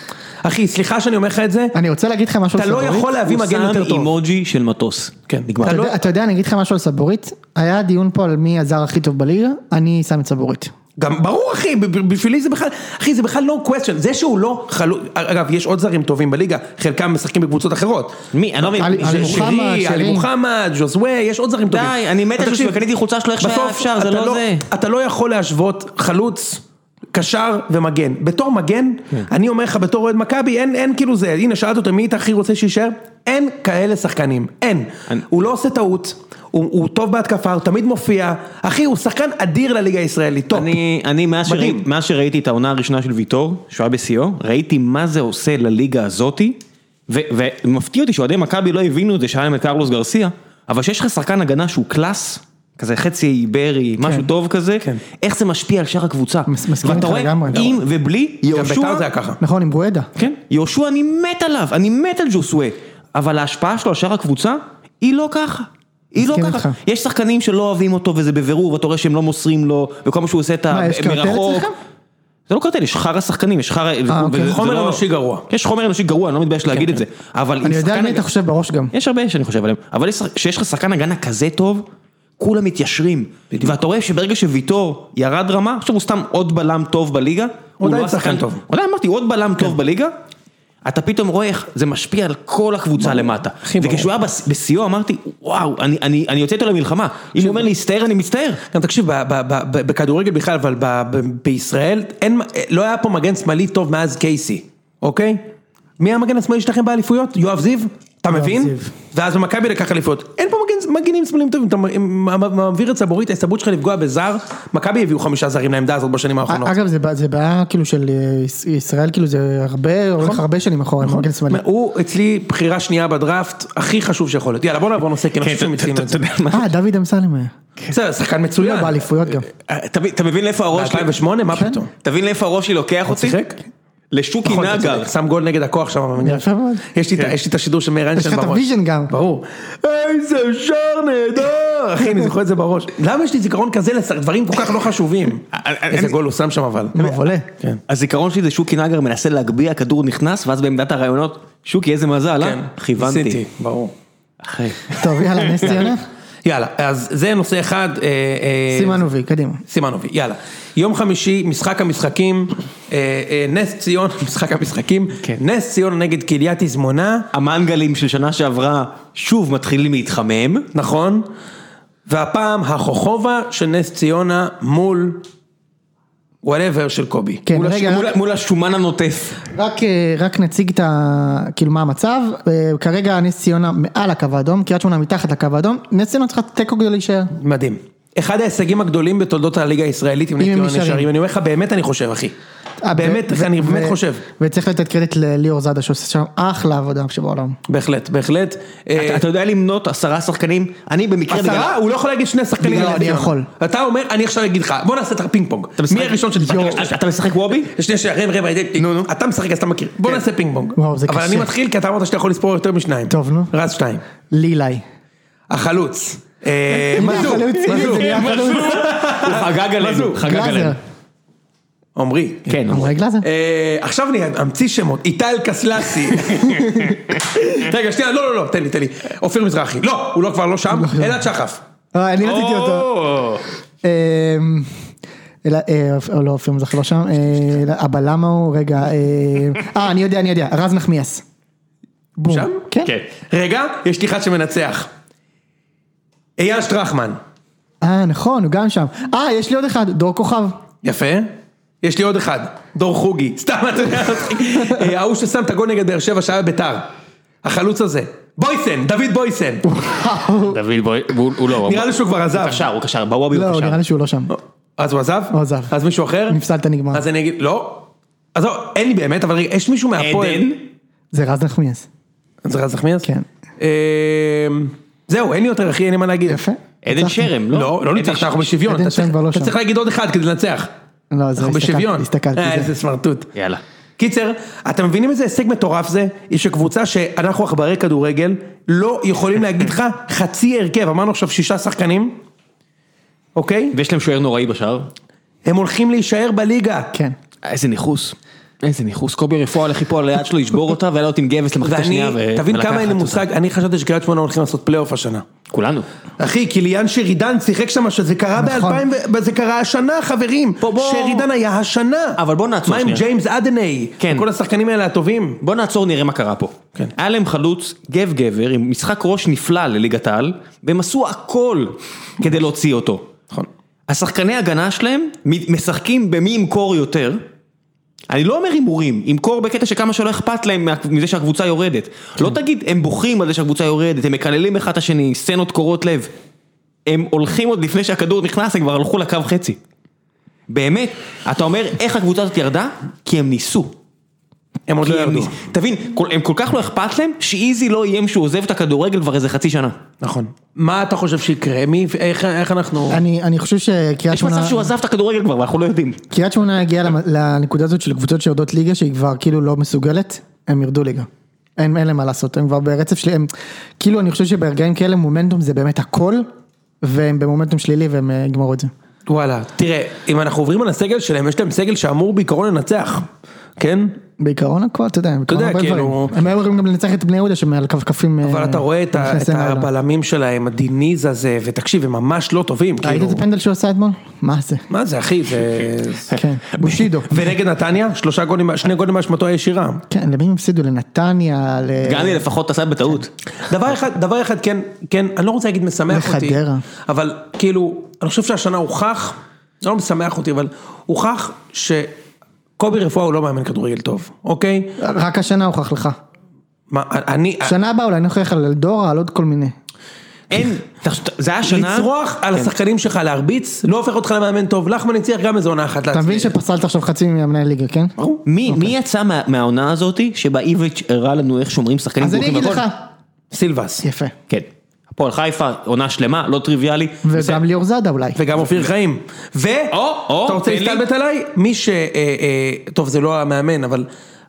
אחי, סליחה שאני אומר לך את זה, אני רוצה להגיד לך משהו אתה על לא סבורית. יכול להביא מגן יותר הוא שם טוב. אימוג'י של מטוס. כן, נגמר. אתה אתה לא- יודע- אתה יודע, אני אגיד לך משהו על סבורית. היה דיון פה על מי הזר הכי טוב בליגה, אני שם את סבורית. גם ברור אחי, ב- ב- בשבילי זה בכלל, אחי זה בכלל no question, זה שהוא לא חלוץ, אגב יש עוד זרים טובים בליגה, חלקם משחקים בקבוצות אחרות. מי? אני לא מבין. עלי- מי- עלי ש- מוחמד, שירי, עלי שירי. מוחמד, ז'וזווה, יש עוד זרים טובים. די, אני מת אבל על תקשיב, ז'וזווה, קניתי חולצה שלו איך שהיה בסוף אפשר, זה אתה לא זה. אתה לא יכול להשוות חלוץ, קשר ומגן. בתור מגן, כן. אני אומר לך בתור אוהד מכבי, אין, אין כאילו זה, הנה שאלת אותו מי אתה הכי רוצה שיישאר, אין כאלה שחקנים, אין. אני- הוא לא עושה טעות. הוא, הוא טוב בהתקפה, הוא תמיד מופיע, אחי הוא שחקן אדיר לליגה הישראלית, טופ. אני, אני מאז, מדהים. שראיתי, מאז שראיתי את העונה הראשונה של ויטור, שהוא היה בשיאו, ראיתי מה זה עושה לליגה הזאתי, ו- ומפתיע אותי שאוהדי מכבי לא הבינו את זה שהיה להם את קרלוס גרסיה, אבל שיש לך שחקן הגנה שהוא קלאס, כזה חצי איברי, משהו טוב כזה, כן. איך זה משפיע על שאר הקבוצה. מס- מסכים ואתה איתך רואה, לגמרי. עם ובלי, גם בית"ר זה יהושע, היה ככה. נכון, עם גואדה. כן, יהושע אני מת עליו, אני מת על ג'וסווה, אבל ההשפעה שלו על שאר הקבוצה, היא לא ככה. היא לא מסכים ככה. איתך. יש שחקנים שלא אוהבים אותו וזה בבירור, ואתה רואה שהם לא מוסרים לו, וכל מה שהוא עושה את ה... מה, יש קרטל מרחוק. אצלך? זה לא קרטל, יש חרא שחקנים, יש חרא... וזה- אוקיי. כן, וזה חומר לא- אנושי גרוע. יש חומר אנושי גרוע, אני לא מתבייש להגיד את זה. אבל עם אני יודע על שחקן- מי אתה חושב בראש גם. יש הרבה שאני חושב עליהם, אבל יש- כשיש לך שחקן הגנה כזה טוב, כולם מתיישרים. ואתה רואה שברגע שוויטור ירד רמה, עכשיו הוא סתם עוד בלם טוב בליגה. הוא עדיין לא השחקן- שחקן טוב. עדיין כן. אמרתי, הוא עוד בלם טוב בליגה. אתה פתאום רואה איך זה משפיע על כל הקבוצה למטה. הכי ברור. וכשהוא היה בס- בשיאו אמרתי, וואו, אני- אני אני יוצא איתו למלחמה. אם הוא אומר לי, הסתער, אני מצטער. גם תקשיב, ב- ב- ב- ב- בכדורגל בכלל, אבל ב- ב- בישראל, אין- לא היה פה מגן שמאלי טוב מאז קייסי, אוקיי? מי המגן השמאלי שלכם באליפויות? יואב זיו? אתה יואב מבין? זיו. ואז במכבי לקח אליפויות. אין פה מגן- מגנים שמאליים טובים, אתה מ- מ- מעביר את סבורית, ההסתברות שלך לפגוע בזר, מכבי הביאו חמישה זרים לעמדה הזאת בשנים האחרונות. אגב, זה בע- זה בעיה כאילו של אה, יש- ישראל, כאילו זה הרבה, הולך הרבה שנים אחורה, עם מגן שמאלי. הוא אצלי בחירה שנייה בדראפט, הכי חשוב שיכול להיות. יאללה בוא נעבור נושא, כי אני חושב שמיצינו את זה. אה, דוד אמסלם היה. בסדר, שחקן מצוין. לא, באליפויות כן. גם. אתה מבין- אתה מבין לאיפה הראש שלי- ב-2008, מה פתאום? תבין לאיפה הראש שלי לוקח אותי? שיחק? לשוקי נכון, אתה נגר. צודק, כן. שם גול נגד הכוח שם במגרש. יפה מאוד. יש לי את ה- יש לי את השידור של מאיר איינשטיין לך את בראש. הוויז'ן גם. ברור. איזה שער נהדר! אחי, אני זוכר את זה בראש. למה יש לי זיכרון כזה לדברים כל כך לא חשובים? אני- איזה גול הוא שם שם אה, אבל. מבולה. כן. הזיכרון שלי זה שוקי נגר מנסה להגביה, הכדור נכנס, ואז בעמדת הרעיונות, שוקי איזה מזל, כן, אה? כיוונתי. ניסיתי, ברור. אחי. טוב, יאללה, נס ציונה. יאללה, אז זה נושא אחד. אה, אה, סימנובי, קדימה. סימנובי, יאללה. יום חמישי, משחק המשחקים, אה, אה, נס ציון, משחק המשחקים, כן. נס ציון נגד קהיליית תזמונה, המנגלים של שנה שעברה שוב מתחילים להתחמם. נכון? והפעם החוכובה של נס ציונה מול וואטאבר של קובי. כן, מול הש- רגע, מול ה- מול השומן הנוטף. רק, אה, רק נציג את ה... כאילו מה המצב, אה, כרגע נס ציונה מעל הקו האדום, קריית שמונה מתחת לקו האדום, נס ציונה צריכה תיקו כדי להישאר. מדהים. אחד ההישגים הגדולים בתולדות הליגה הישראלית, אם נס אם הם ציונה נשארים. נשארים, אני אומר לך, באמת אני חושב, אחי. אה, באמת, ו- אחי, אני ו- באמת ו- חושב. וצריך לתת קרדיט לליאור זאדה שעושה שם אחלה עבודה שבעולם. בהחלט, בהחלט. אה, אתה- אתה יודע למנות עשרה שחקנים? אני במקרה... עשרה, בגלל- הוא לא יכול להגיד שני שחקנים. בגלל על נס אני ציונה. יכול. אתה אומר, אני עכשיו אגיד לך, בוא נעשה את הפינג פונג. מי הראשון שתפגש? אתה- אתה משחק וובי? שנייה, שנייה, רבע, רבע, רבע, אתה משחק אז אתה מכיר, בוא נעשה פינג פונג. כן. וואו, זה אבל קשה. אני מתחיל כי אתה אמרת שאתה יכול לספור יותר משניים. טוב, נו. רז שתיים. לילאי. החלוץ. אה, הנה מזור, החלוץ, הנה מזור. זה נהיה החלוץ. הוא חגג עלינו, חגג גלאזר. עלינו. עמרי. כן, עמרי גלאזר. אה, עכשיו אני אמציא שמות, איטל קסלסי. רגע, שנייה, לא, לא, לא, תן לי, תן לי. אופיר מזרחי. לא, הוא לא כבר לא שם, אלעד שחף. אה, אני רציתי אותו. אמ, אלא, אה, אופ- לא, אופיר מזרחי לא שם, אה, אלא, הבלם ההוא, רגע, אה, אה, אני יודע, אני יודע, רז נחמיאס. בום. שם? כן. כן. רגע, יש לי אחד שמנצח. אייל שטרחמן. אה, נכון, הוא גם שם. אה, יש לי עוד אחד, דור כוכב. יפה. יש לי עוד אחד, דור חוגי. סתם, אתה יודע, אה, ההוא ששם את הגול נגד באר שבע שהיה בביתר. החלוץ הזה. בויסן, דוד בויסן. דוד בוי, הוא הוא לא, הוא נראה לי שהוא כבר עזב. קשר, הוא קשר, בוואבי הוא לא, קשר. נראה לי שהוא לא שם. אז הוא עזב? הוא עזב. אז מישהו אחר? נפסלת נגמר. אז אני אגיד, לא. אז לא, אין לי באמת, אבל רגע, יש מישהו מהפועל. עדן? זה רז נחמיאס. זה רז נחמיאס? כן. אמ, זהו, אין לי יותר, אחי, אין לי מה להגיד. יפה. עדן ניצחנו. שרם, לא? לא, לא עדן ניצחת, ש- אנחנו בשוויון. עדן אתה שרם צריך- כבר לא אתה שם. צריך להגיד עוד אחד כדי לנצח. לא, זה אנחנו בשוויון. הסתכלתי, הסתכלתי. אה, זה. איזה סמרטוט. יאללה. קיצר, אתם מבינים איזה הישג מטורף זה? יש קבוצה שאנחנו עכברי כדורגל, לא יכולים להגיד לך חצי הרכב, אמרנו עכשיו שישה שחקנים, אוקיי? ויש להם שוער נוראי בשער. הם הולכים להישאר בליגה. כן. איזה ניכוס. איזה ניכוס, קובי רפואה הלך פה על היד שלו, ישבור אותה, והיה לו עם גבס למחצית ואני, השנייה. ו- תבין ולקחת כמה אין לי אותה. מושג, אני חשבתי שקריית שמונה הולכים לעשות פלייאוף השנה. כולנו. אחי, קיליאן שרידן שיחק שם, שזה קרה נכון. ב-2000, זה קרה השנה, חברים. בוא, בוא. שרידן היה השנה. אבל בוא נעצור מה עם שנייה. ג'יימס אדני? כן. כל השחקנים האלה הטובים? בוא נעצור נראה מה קרה פה. כן. היה להם חלוץ, גב גבר, עם משחק ראש נפלא לליגת העל, והם עשו הכל כדי להוציא אותו. נכון. השחקני הגנה שלהם מ- משחקים במי ימכור יותר. אני לא אומר הימורים, ימכור בקטע שכמה שלא אכפת להם מה- מזה שהקבוצה יורדת. כן. לא תגיד, הם בוכים על זה שהקבוצה יורדת, הם מקללים אחד את השני, סצנות קורעות לב. הם הולכים עוד לפני שהכדור נכנס, הם כבר הלכו לקו חצי. באמת, אתה אומר איך הקבוצה הזאת ירדה? כי הם ניסו. הם עוד כי לא הם ירדו. ניס- תבין, כל- הם כל כך לא אכפת להם, שאיזי לא איים שהוא עוזב את הכדורגל כבר איזה חצי שנה. נכון. מה אתה חושב שיקרה? מי, איך, איך אנחנו... אני אני חושב שקריית יש מצב שמונה... שהוא עזב את הכדורגל כבר, ואנחנו לא יודעים. כן. קריית שמונה הגיעה למ- לנקודה הזאת של קבוצות שיורדות ליגה שהיא כבר כאילו לא מסוגלת, הם ירדו ליגה. אין, אין להם מה לעשות, הם כבר ברצף שלי, הם כאילו אני חושב שברגעים כאלה מומנטום זה באמת הכל, והם במומנטום שלילי והם אה, יגמרו את זה. וואלה, תראה, אם אנחנו עוברים על הסגל שלהם, יש להם סגל שאמור בעיקרון לנצח, אה, כן? בעיקרון הכל, אתה יודע, בעיקרון יודע, הרבה כאילו- דברים. הם היו יכולים גם לנצח את בני יהודה שמעל כפכפים. אה, אבל אתה רואה את ה- את הבלמים שלהם, הדיניז הזה, ותקשיב, הם ממש לא טובים, ראית כאילו. את הפנדל שהוא עשה אתמול? מה זה? מה זה, אחי, זה... כן, בושידו. ונגד נתניה, שלושה גולים, שני גולים מאשמתו הישירה. כן, למי הם הפסידו? לנתניה, ל... גני לפחות עשה בטעות. דבר אחד, דבר אחד כן, כן, אני לא רוצה להגיד משמח אותי. לחדרה. אבל כאילו, אני חושב שהשנה הוכח, זה לא משמח אותי, אבל הוכח שקובי רפואה הוא לא מאמן כדורגל טוב, אוקיי? רק השנה הוכח לך. מה, אני... שנה הבאה אולי נוכיח על דורה, על עוד כל מיני. אין, תחש- זה היה שנה, לצרוח על כן. השחקנים שלך להרביץ, לא הופך אותך למאמן טוב. לחמן הצליח גם איזה עונה אחת אתה מבין להצליח. שפסלת עכשיו חצי מהמנהל ליגה, כן? מי מי אוקיי. יצא מה- מהעונה הזאתי שבה איביץ' הראה לנו איך שומרים שחקנים אז אני ברוכים אגיד לך, והכל? סילבס, יפה. כן. הפועל חיפה, עונה שלמה, לא טריוויאלי. בסדר. וגם ליאור זאדה אולי. וגם אופיר חיים. ו... או, או, אתה רוצה תן לי. להסתלבט עליי? מי ש... אה, אה, טוב, זה לא המאמן, אבל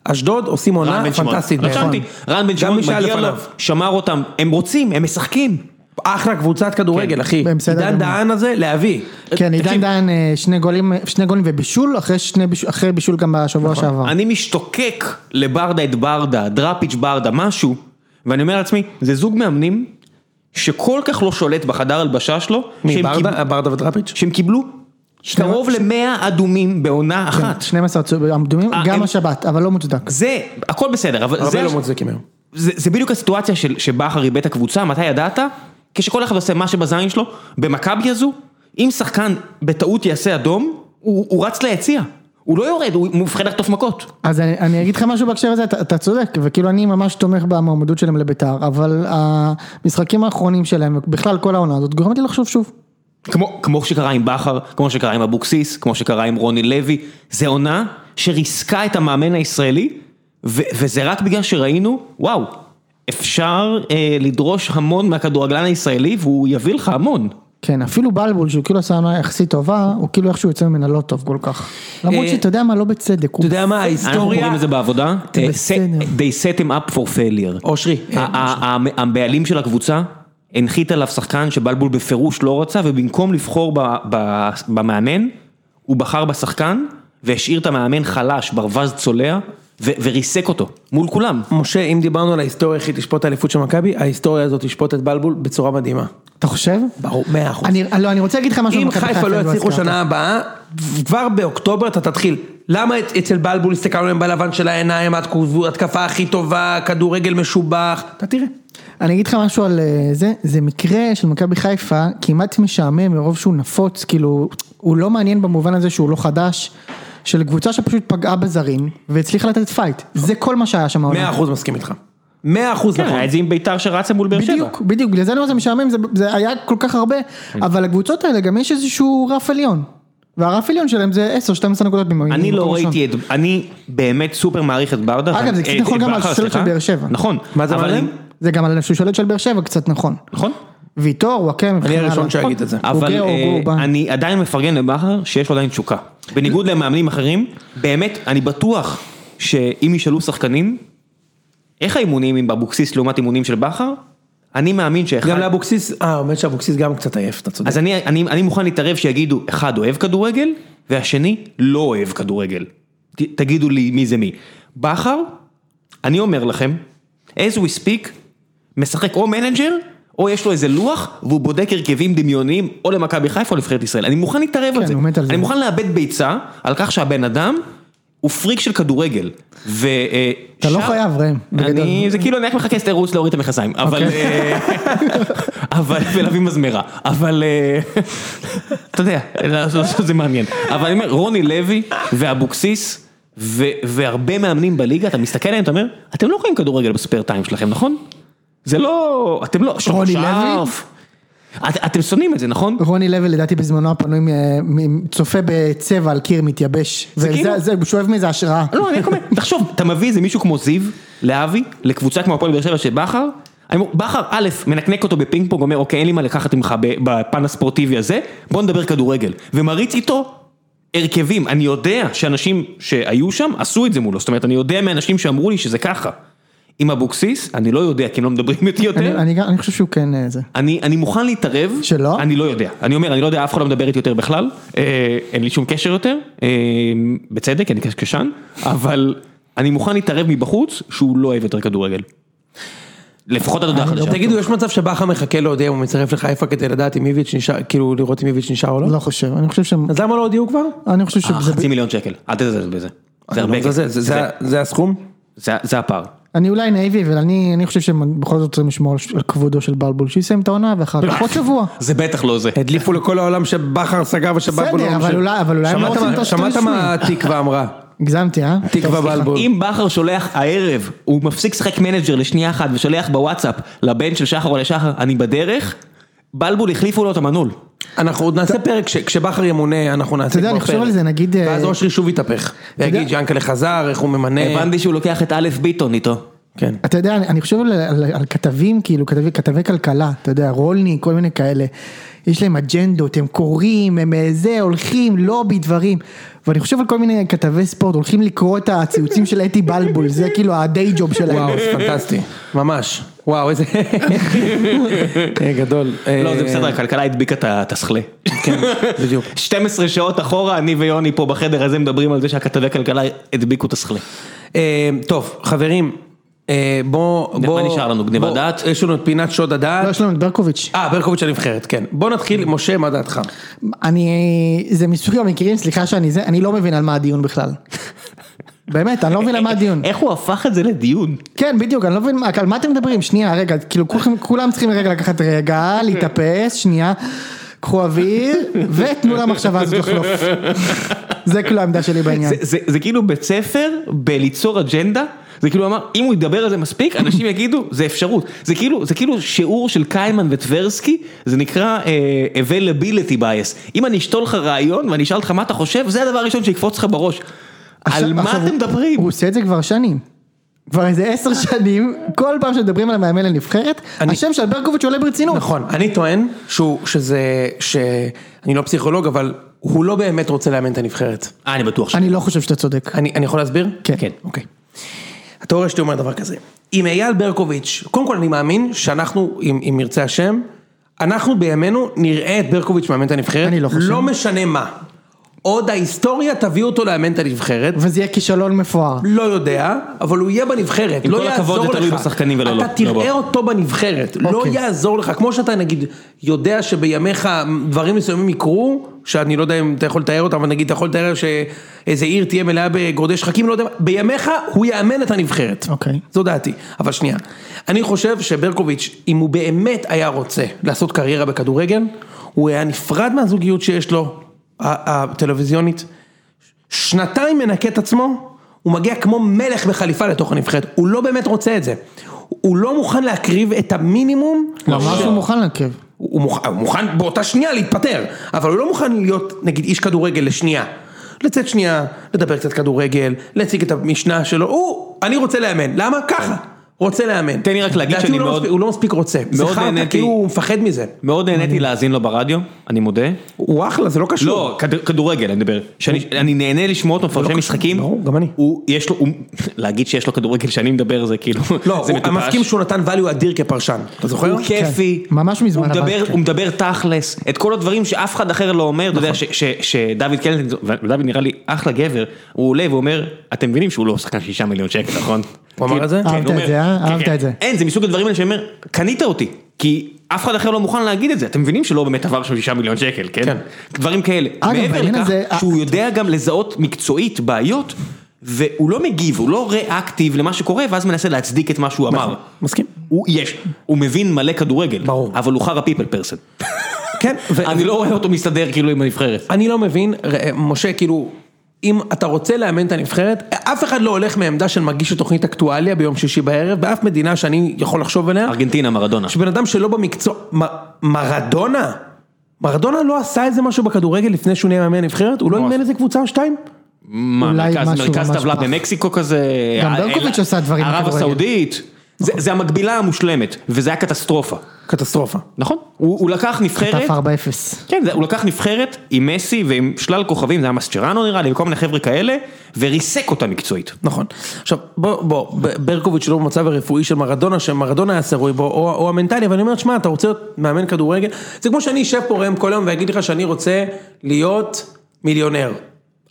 אשדוד עושים רן עונה בן שמעון. פנטסטית. נכון. רשמתי, רן בן גם שמעון מי שהיה מגיע לו, לפניו. שמר אותם, הם רוצים, הם משחקים. אחלה קבוצת כדורגל, אחי. כן. הם בסדר עידן גמור. דהן הזה, להביא. כן, עידן תקשיב. דהן אה, שני גולים אה, שני גולים ובישול, אחרי שני בישול- אחרי בישול גם בשבוע שעבר. אה. אני משתוקק לברדה את ברדה, דראפיץ' ברדה, משהו, ואני אומר לעצמי, זה זוג מאמנים שכל כך לא שולט בחדר הלבשה שלו, שהם קיב- מברדה, ברדה וטראפיץ'? שהם קיבלו קרוב ל-100 אדומים בעונה כן. כן, אחת. 12 עמדומים, אה, הם- גם השבת, אבל לא מוצדק. זה, הכל בסדר, אבל הרבה זה, לא מוצדקים היום. זה, זה בדיוק הסיטואציה של, שבכר איבד את הקבוצה, מתי ידעת? כשכל אחד עושה מה שבזין שלו, במכבי הזו, אם שחקן בטעות יעשה אדום, הוא, הוא רץ ליציע, הוא לא יורד, הוא מובחן לחטוף מכות. אז אני, אני אגיד לך משהו בהקשר הזה, אתה, אתה צודק, וכאילו אני ממש תומך במועמדות שלהם לביתר, אבל המשחקים האחרונים שלהם, בכלל כל העונה הזאת, גורמת לי לחשוב שוב. כמו, כמו שקרה עם בכר, כמו שקרה עם אבוקסיס, כמו שקרה עם רוני לוי, זה עונה שריסקה את המאמן הישראלי, ו, וזה רק בגלל שראינו, וואו, אפשר אה, לדרוש המון מהכדורגלן הישראלי והוא יביא לך המון. כן, אפילו בלבול, שהוא כאילו עשה עונה יחסית טובה, הוא כאילו איכשהו יוצא ממנה לא טוב כל כך. למרות אה, שאתה יודע מה, לא בצדק. אתה יודע מה, אנחנו ההיסטוריה... קוראים לזה בעבודה, אה, בסדר. set- they set him up for failure. אושרי. אה, ה- ה- ה- הבעלים של הקבוצה הנחית עליו שחקן שבלבול בפירוש לא רצה, ובמקום לבחור ב- ב- במאמן, הוא בחר בשחקן, והשאיר את המאמן חלש, ברווז צולע, ו- וריסק אותו, מול כולם. משה, אם דיברנו על ההיסטוריה, איך היא תשפוט את האליפות של מכבי, ההיסטוריה הזאת תשפוט את בלבול בצורה מדהימה. אתה חושב? ברור, מאה אחוז. אני, לא, אני רוצה להגיד לך משהו, על אם מכבי חיפה לא יצליחו הזכרת. שנה הבאה, כבר באוקטובר אתה תתחיל. למה את- אצל בלבול הסתכלנו עליהם בלבן של העיניים, התקו- התקפה הכי טובה, כדורגל משובח, אתה תראה. אני אגיד לך משהו על אה, זה, זה מקרה של מכבי חיפה כמעט משעמם מרוב שהוא נפוץ, כאילו, הוא לא מעניין במובן הזה שהוא לא חדש, של קבוצה שפשוט פגעה בזרים והצליחה לתת פייט, זה כל מה שהיה שם העונה. מאה אחוז מסכים איתך. מאה אחוז כן, נכון. היה את זה עם ביתר שרצה מול באר שבע. בדיוק, בדיוק, בגלל זה אני אומר זה משעמם, זה, זה היה כל כך הרבה, אבל לקבוצות האלה גם יש איזשהו רף עליון, והרף עליון שלהם זה 10-12 נקודות במקום אני לא ראשון. ראיתי את, אני באמת סופר מעריך את ברדה. אגב, זה אה, קצת אה, נכון גם על בכר, השושלת של סליחה. באר שבע. נכון. מה זה אבל אמרתם? אני- זה גם על שושלת של באר שבע קצת נכון. נכון. ויטור, וואקם, אני וכן הלאה. אוקיי, הראשון שאגיד את זה. הוא אבל גאה, הוא אה, אורבן. אני עדיין מפרגן לבכר שיש לו עדיין תשוקה. בניגוד למאמנים אחרים, באמת, אני בטוח שאם ישאלו שחקנים, איך האימונים עם אבוקסיס לעומת אימונים של בכר, אני מאמין גם שאחד... לאבוקסיס, אה, האמת שאבוקסיס גם קצת עייף, אתה צודק. אז אני, אני, אני מוכן להתערב שיגידו, אחד אוהב כדורגל, והשני לא אוהב כדורגל. ת, תגידו לי מי זה מי. בכר, אני אומר לכם, as we speak, משחק או מנג'ר, או יש לו איזה לוח, והוא בודק הרכבים דמיוניים, או למכבי חיפה או לנבחרת ישראל. אני מוכן להתערב כן, על זה. הוא מת על זה. אני מוכן לאבד ביצה, על כך שהבן אדם... הוא פריק של כדורגל, ו... אה, אתה לא שר- חייב, ראם, בגדול. אני, זה כאילו אני רק מחכה שתרוץ להוריד את המכסיים, אבל... אוקיי. אה, אבל, ולהביא מזמרה, אבל, אה, אתה יודע, לעשות- לעשות זה מעניין. אבל אני אומר, רוני לוי ואבוקסיס, ו- והרבה מאמנים בליגה, אתה מסתכל עליהם, אתה אומר, אתם לא רואים כדורגל בספייר טיים שלכם, נכון? זה לא, אתם לא, רוני לוי? שרף. את, אתם שונאים את זה, נכון? רוני לוי לדעתי בזמנו הפנוי מ- מ- צופה בצבע על קיר מתייבש. זה כאילו- זה- זה- הוא שואב מזה השראה. לא, אני רק אומר, תחשוב, אתה מביא איזה מישהו כמו זיו, לאבי, לקבוצה כמו הפועל באר שבע של בכר, אני אומר, בכר א', מנקנק אותו בפינג פונג, אומר, אוקיי, אין לי מה לקחת ממך ב- בפן הספורטיבי הזה, בוא נדבר כדורגל. ומריץ איתו הרכבים, אני יודע שאנשים שהיו שם עשו את זה מולו, זאת אומרת, אני יודע מאנשים שאמרו לי שזה ככה. עם אבוקסיס, אני לא יודע, כי הם לא מדברים איתי אני- יותר. אני גם- אני חושב שהוא כן אה, זה. אני, אני מוכן להתערב. שלא? אני לא יודע. אני אומר, אני לא יודע, אף אחד לא מדבר איתי יותר בכלל. אה, אין לי שום קשר יותר. אה, בצדק, אני קשקשן. אבל אני מוכן להתערב מבחוץ שהוא לא אוהב יותר כדורגל. לפחות עד הודעה חדשה. לא, תגידו, יש מצב שבכר מחכה להודיע אם הוא מצטרף לחיפה כדי לדעת אם איביץ' נשאר, כאילו לראות אם איביץ' נשאר או לא? לא חושב, אני חושב שהם... אז למה לא הודיעו כבר? אני חושב אה, שזה... חצי מיליון שקל, אל תזלזל בזה. זה אני הרבה לא מזלזל, זה- זה- כסף. זה הסכום? זה- זה הפער. אני אולי נאיבי, אבל אני אני חושב שהם בכל זאת צריכים לשמור על ש- על כבודו של בלבול, שיסיים את העונה ואחר כך עוד שבוע. זה בטח לא זה. הדליפו לכל העולם שבכר סגר ושבלבול... בסדר, לא אבל משנה. אולי- אבל אולי הם לא שמעת רוצים מה- את השטוי שמעת מה התקווה אמרה? הגזמתי, אה? טוב, תקווה סליחה. בלבול. אם בכר שולח הערב, הוא מפסיק לשחק מנג'ר לשנייה אחת ושולח בוואטסאפ לבן של שחר או לשחר, אני בדרך, בלבול החליפו לו את המנעול. אנחנו עוד נעשה פרק, ש- כשבכר ימונה אנחנו נעשה כבר פרק. יודע, אני חושב על זה, נגיד, אה, ואז אושרי שוב יתהפך. ויגיד, ינקלה חזר, איך הוא ממנה. הבנתי שהוא לוקח את א' ביטון איתו. כן. אתה יודע, אני, אני חושב על, על, על כתבים, כאילו, כתבי, כתבי כלכלה, אתה יודע, רולני, כל מיני כאלה. יש להם אג'נדות, הם קוראים, הם אה, זה, הולכים, לובי, דברים. ואני חושב על כל מיני כתבי ספורט, הולכים לקרוא את הציוצים של אתי בלבול, זה כאילו הדיי ג'וב שלהם. וואו, זה פנטסטי, ממש. וואו, איזה... אה, גדול. לא, זה אה, בסדר, הכלכלה הדביקה את ה- את הסכלה. כן, בדיוק. 12 שעות אחורה, אני ויוני פה בחדר הזה מדברים על זה שהכתבי כלכלה הדביקו את הסכלה. אה, טוב, חברים, אה, בוא... מה בוא- נשאר לנו? גניבת בוא- דעת? יש לנו את פינת שוד לא, הדעת. יש לנו את ברקוביץ'. אה, ברקוביץ' הנבחרת, כן. בוא נתחיל, משה, מה דעתך? אני, זה מסוג המקרים, סליחה שאני זה, אני לא מבין על מה הדיון בכלל. באמת, אני לא מבין על מה הדיון. איך הוא הפך את זה לדיון? כן, בדיוק, אני לא מבין, על מה אתם מדברים? שנייה, רגע, כאילו כולכם, כולם צריכים רגע לקחת רגע, להתאפס, שנייה, קחו אוויר, ותנו למחשבה הזאת לחלוף. זה כאילו העמדה שלי בעניין. זה- זה- זה כאילו בית ספר בליצור אג'נדה, זה כאילו אמר, אם הוא ידבר על זה מספיק, אנשים יגידו, זה אפשרות. זה כאילו, זה כאילו שיעור של קיימן וטברסקי, זה נקרא אה, availability bias. אם אני אשתול לך רעיון ואני אשאל אותך מה אתה חושב, זה הדבר הראשון שיקפוץ לך בראש. עכשיו- על מה עכשיו, אתם מדברים? הוא עושה את זה כבר שנים. כבר איזה עשר שנים, כל פעם שמדברים על המאמן לנבחרת, אני- השם של ברקוביץ' עולה ברצינות. נכון, אני טוען שהוא, שזה, ש... אני לא פסיכולוג, אבל הוא לא באמת רוצה לאמן את הנבחרת. אה, אני בטוח ש... אני לא חושב שאתה צודק. אני אני יכול להסביר? כן. כן. אוקיי. התיאוריה שלי אומרת דבר כזה, אם אייל ברקוביץ', קודם כל אני מאמין שאנחנו, אם, אם ירצה השם, אנחנו בימינו נראה את ברקוביץ' מאמן את הנבחרת, אני לא חושב. לא משנה מה. עוד ההיסטוריה תביא אותו לאמן את הנבחרת. וזה יהיה כישלון מפואר. לא יודע, אבל הוא יהיה בנבחרת, עם לא כל יעזור לך. הכבוד, זה תלוי בשחקנים ולא- לא, אתה לא תראה בו. אותו בנבחרת, לא אוקיי. יעזור לך. כמו שאתה נגיד יודע שבימיך דברים מסוימים יקרו, שאני לא יודע אם אתה יכול לתאר אותם, אבל נגיד אתה יכול לתאר שאיזה עיר תהיה מלאה בגורדי שחקים, לא יודע, מה. בימיך הוא יאמן את הנבחרת. אוקיי. זו דעתי. אבל שנייה, אני חושב שברקוביץ', אם הוא באמת היה רוצה לעשות קריירה בכדורגל, הוא היה נפרד מהזוגיות שיש לו, ה- הטלוויזיונית. שנתיים מנקה את עצמו, הוא מגיע כמו מלך בחליפה לתוך הנבחרת, הוא לא באמת רוצה את זה. הוא לא מוכן להקריב את המינימום, הוא אמר שהוא לא, מוכן לעכב. הוא מוכן, הוא מוכן באותה שנייה להתפטר, אבל הוא לא מוכן להיות נגיד איש כדורגל לשנייה. לצאת שנייה, לדבר קצת כדורגל, להציג את המשנה שלו, הוא, אני רוצה לאמן, למה? ככה, רוצה לאמן. תן לי רק להגיד לדעתי שאני הוא לא מאוד- מספיק- הוא לא מספיק רוצה, זה מאוד חרטא, נהניתי- כי הוא מפחד מזה. מאוד נהניתי להאזין לו ברדיו, אני מודה. הוא אחלה, זה לא קשור. לא, כד- כדורגל אני מדבר, שאני אני נהנה לשמוע אותו מפרשן קשור, משחקים, לא ברור, גם אני. הוא, יש לו, הוא- להגיד שיש לו כדורגל שאני מדבר זה כאילו, לא, זה הוא- אני מטופש. מסכים שהוא נתן value אדיר כפרשן, אתה זוכר? הוא כיפי, כן. ממש מזמן הוא עבד, מדבר, כן. הוא מדבר תכלס, את כל הדברים שאף אחד אחר לא אומר, אתה יודע נכון. ש- ש- שדוד קלטינס, ודוד נראה לי אחלה גבר, הוא עולה ואומר, אתם מבינים שהוא לא שחקן שישה מיליון שקל, נכון? הוא אמר כן, את זה? כן, אהבת הוא את אומר, זה, אה? כן, אהבת כן. את זה. אין, זה מסוג הדברים האלה שאומר, קנית אותי, כי אף אחד אחר לא מוכן להגיד את זה, אתם מבינים שלא באמת עבר שם שישה מיליון שקל, כן? כן. דברים כאלה. אגב, מעבר בעניין לכך, הזה- אה- שהוא יודע גם לזהות מקצועית בעיות, והוא לא מגיב, הוא לא ריאקטיב למה שקורה, ואז מנסה להצדיק את מה שהוא אמר. כן. נכון. מסכים. הוא יש, הוא מבין מלא כדורגל, ברור. אבל הוא חרא פיפל פרסן. כן, ו- אני לא רואה אותו מסתדר כאילו עם הנבחרת. אני לא מבין, ר- משה, כאילו, אם אתה רוצה לאמן את הנבחרת, אף אחד לא הולך מעמדה של מגיש תוכנית אקטואליה ביום שישי בערב, באף מדינה שאני יכול לחשוב עליה, ארגנטינה, מרדונה. שבן אדם שלא במקצוע, מ- מרדונה? מרדונה לא עשה איזה משהו בכדורגל לפני שהוא נהיה מאמן הנבחרת? הוא לא אימן איזה קבוצה או שתיים? מה, אולי מרכז- משהו מרכז ממש טבלה פח. במקסיקו כזה. גם אה, ברקוביץ' אה, עשה דברים ערב בכדורגל. הסעודית. זה זה המקבילה המושלמת, וזה היה קטסטרופה. קטסטרופה. נכון? הוא הוא לקח נבחרת, טף 4-0. כן, זה- הוא לקח נבחרת עם מסי ועם שלל כוכבים, זה היה מסצ'רנו נראה לי, וכל מיני חבר'ה כאלה, וריסק אותה מקצועית. נכון. עכשיו, בוא, בוא, ב- ברקוביץ' לא במצב הרפואי של מרדונה, שמרדונה היה שרוי בו, או, או המנטלי, אבל אני אומר, שמע, אתה רוצה להיות מאמן כדורגל? זה כמו שאני אשב פה ראם כל היום ואגיד לך שאני רוצה להיות מיליונר.